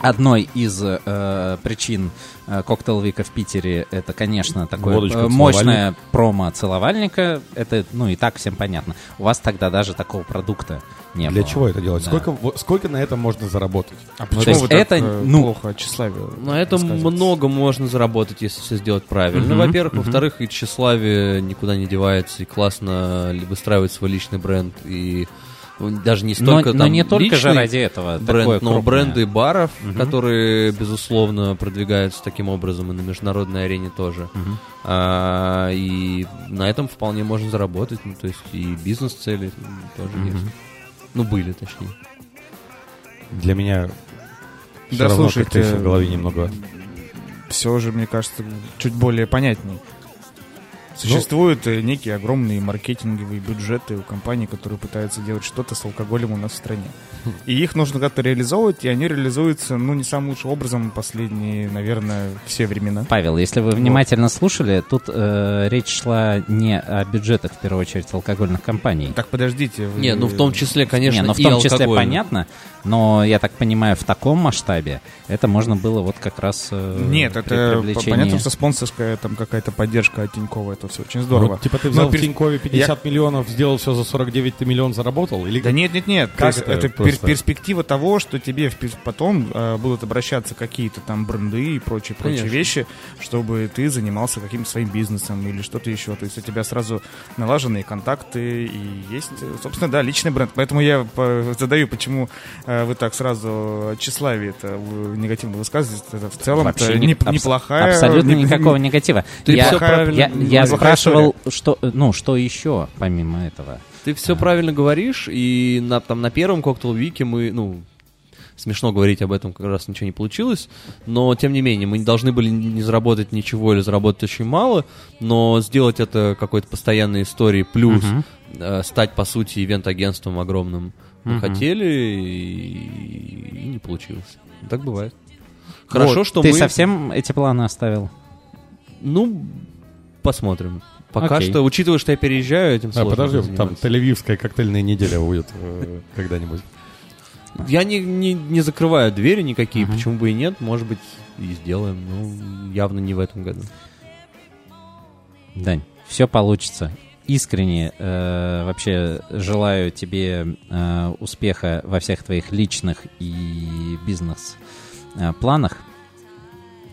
B: одной из э, причин э, коктейл вика в Питере это, конечно, такое
C: Водочка,
B: э, мощное промо целовальника. Это, ну и так всем понятно. У вас тогда даже такого продукта не было.
C: Для чего это делать?
B: Да.
C: Сколько, во- сколько на этом можно заработать? Ну,
E: А
B: То есть
E: вы так,
B: это,
E: э,
B: ну-
E: плохо тщеславие?
D: На этом
E: высказываете?
D: много можно заработать, если все сделать правильно.
B: Мгм,
D: Во-первых, во-вторых, и тщеславие никуда не девается, и классно ли- выстраивать свой личный бренд, и он даже не
B: Но,
D: столько
B: но
D: там
B: не только же
D: личный
B: ради этого. такое
D: бренд, но
B: крупное.
D: бренды баров, которые, безусловно, продвигаются таким образом и на международной арене тоже.
B: Мгм.
D: А, и на этом вполне можно заработать, ну, то есть и бизнес-цели м, тоже есть. Ну, были, точнее.
C: Для меня всё
E: Да,
C: равно
E: слушайте,
C: как-то ещё в голове немного...
E: все же, мне кажется, чуть более понятней. Существуют э, некие огромные маркетинговые бюджеты у компаний, которые пытаются делать что-то с алкоголем у нас в стране. И их нужно как-то реализовывать, и они реализуются, ну, не самым лучшим образом последние, наверное, все времена.
B: Павел, если вы внимательно слушали, тут э, речь шла не о бюджетах, в первую очередь, алкогольных компаний.
E: Так, подождите. вы-
D: Не, ну в том числе, конечно,
B: Не, ну в
D: и
B: том числе
D: алкогольно.
B: понятно, но я так понимаю, в таком масштабе это можно было вот как раз э,
E: Нет,
B: при
E: это по-
B: привлечении-
E: понятно, что спонсорская там какая-то поддержка от Тинькова, это все очень здорово.
C: Ну, типа ты взял
E: Но
C: в
E: перс-
C: Тинькове 50 миллионов, сделал все за 49, ты миллион заработал? Или
E: Да нет, нет, нет.
C: Как
E: То есть
C: это
E: это, пер-
C: просто?
E: перспектива того, что тебе в пер- потом э, будут обращаться какие-то там бренды и прочие, прочие
D: Конечно.
E: вещи, чтобы ты занимался каким-то своим бизнесом или что-то еще. То есть у тебя сразу налаженные контакты и есть, э, собственно, да, личный бренд. Поэтому я по- задаю, почему э, вы так сразу тщеславие это негативно высказываете. Это в целом
B: Вообще
E: это
B: не-
E: не-
B: абс-
E: неплохая...
B: Абсолютно
E: не-
B: никакого негатива.
D: Ты
B: я я-
D: всё
B: э,
E: правильно-
B: я
E: неплохая
B: спрашивал, что, ну, что еще помимо этого.
D: Ты все правильно говоришь, и на, там на первом коктейл-вике мы, ну, смешно говорить об этом, как раз ничего не получилось, но тем не менее, мы не должны были не заработать ничего или заработать очень мало, но сделать это какой-то постоянной историей, плюс
B: Мгм.
D: э, стать, по сути, ивент-агентством огромным, мы
B: Мгм.
D: хотели, и, и не получилось. Так бывает. Хорошо,
B: Вот.
D: что
B: Ты
D: мы...
B: совсем эти планы оставил?
D: Ну, посмотрим. Пока
B: Окей.
D: что, учитывая, что я переезжаю, этим
C: А,
D: сложно
C: подожди, там
D: заниматься.
C: тель-авивская коктейльная неделя будет [LAUGHS] э, когда-нибудь.
D: Я не, не, не закрываю двери никакие,
B: Мгм.
D: почему бы и нет, может быть, и сделаем, но явно не в этом году.
B: Дань, все получится. Искренне э, вообще желаю тебе э, успеха во всех твоих личных и бизнес-планах.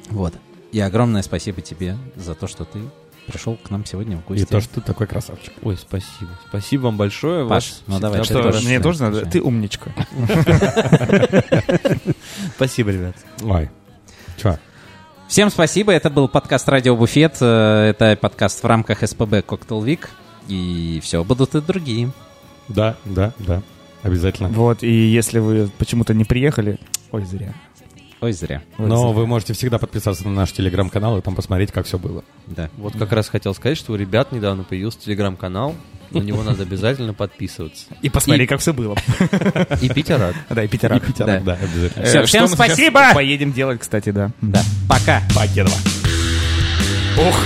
B: Вот. И огромное спасибо тебе за то, что ты пришел к нам сегодня в гости.
C: И то, что ты такой красавчик.
D: Ой, спасибо. Спасибо вам большое.
B: Паш,
D: Вас
B: ну
D: всегда
B: давай,
E: Что,
B: ты тоже
D: прошу.
E: мне
B: что,
E: тоже надо?
B: слушай.
E: Ты умничка. [LAUGHS]
D: Спасибо, ребят.
C: Ой. Че?
B: Всем спасибо. Это был подкаст «Радио Буфет». Э, Это подкаст в рамках СПБ «Коктейл Вик». И все, будут и другие.
C: Да, да, да. Обязательно.
E: Вот, и если вы почему-то не приехали, ой, зря.
B: Ой, зря.
E: Ой,
C: Но
E: зря.
C: вы можете всегда подписаться на наш телеграм-канал и там посмотреть, как все было.
B: Да.
D: Вот как раз хотел сказать, что у ребят недавно появился телеграм-канал. На него надо обязательно подписываться.
E: И посмотри, как все было.
D: И пить рад.
E: Да, и пятерак.
C: Да, да,
E: Э,
B: [LAUGHS]
C: обязательно.
B: Всё,
E: что
B: всем
E: мы сейчас
B: спасибо!
E: Поедем делать, кстати, да.
B: Да. Пока.
C: Покедова.
E: Ух!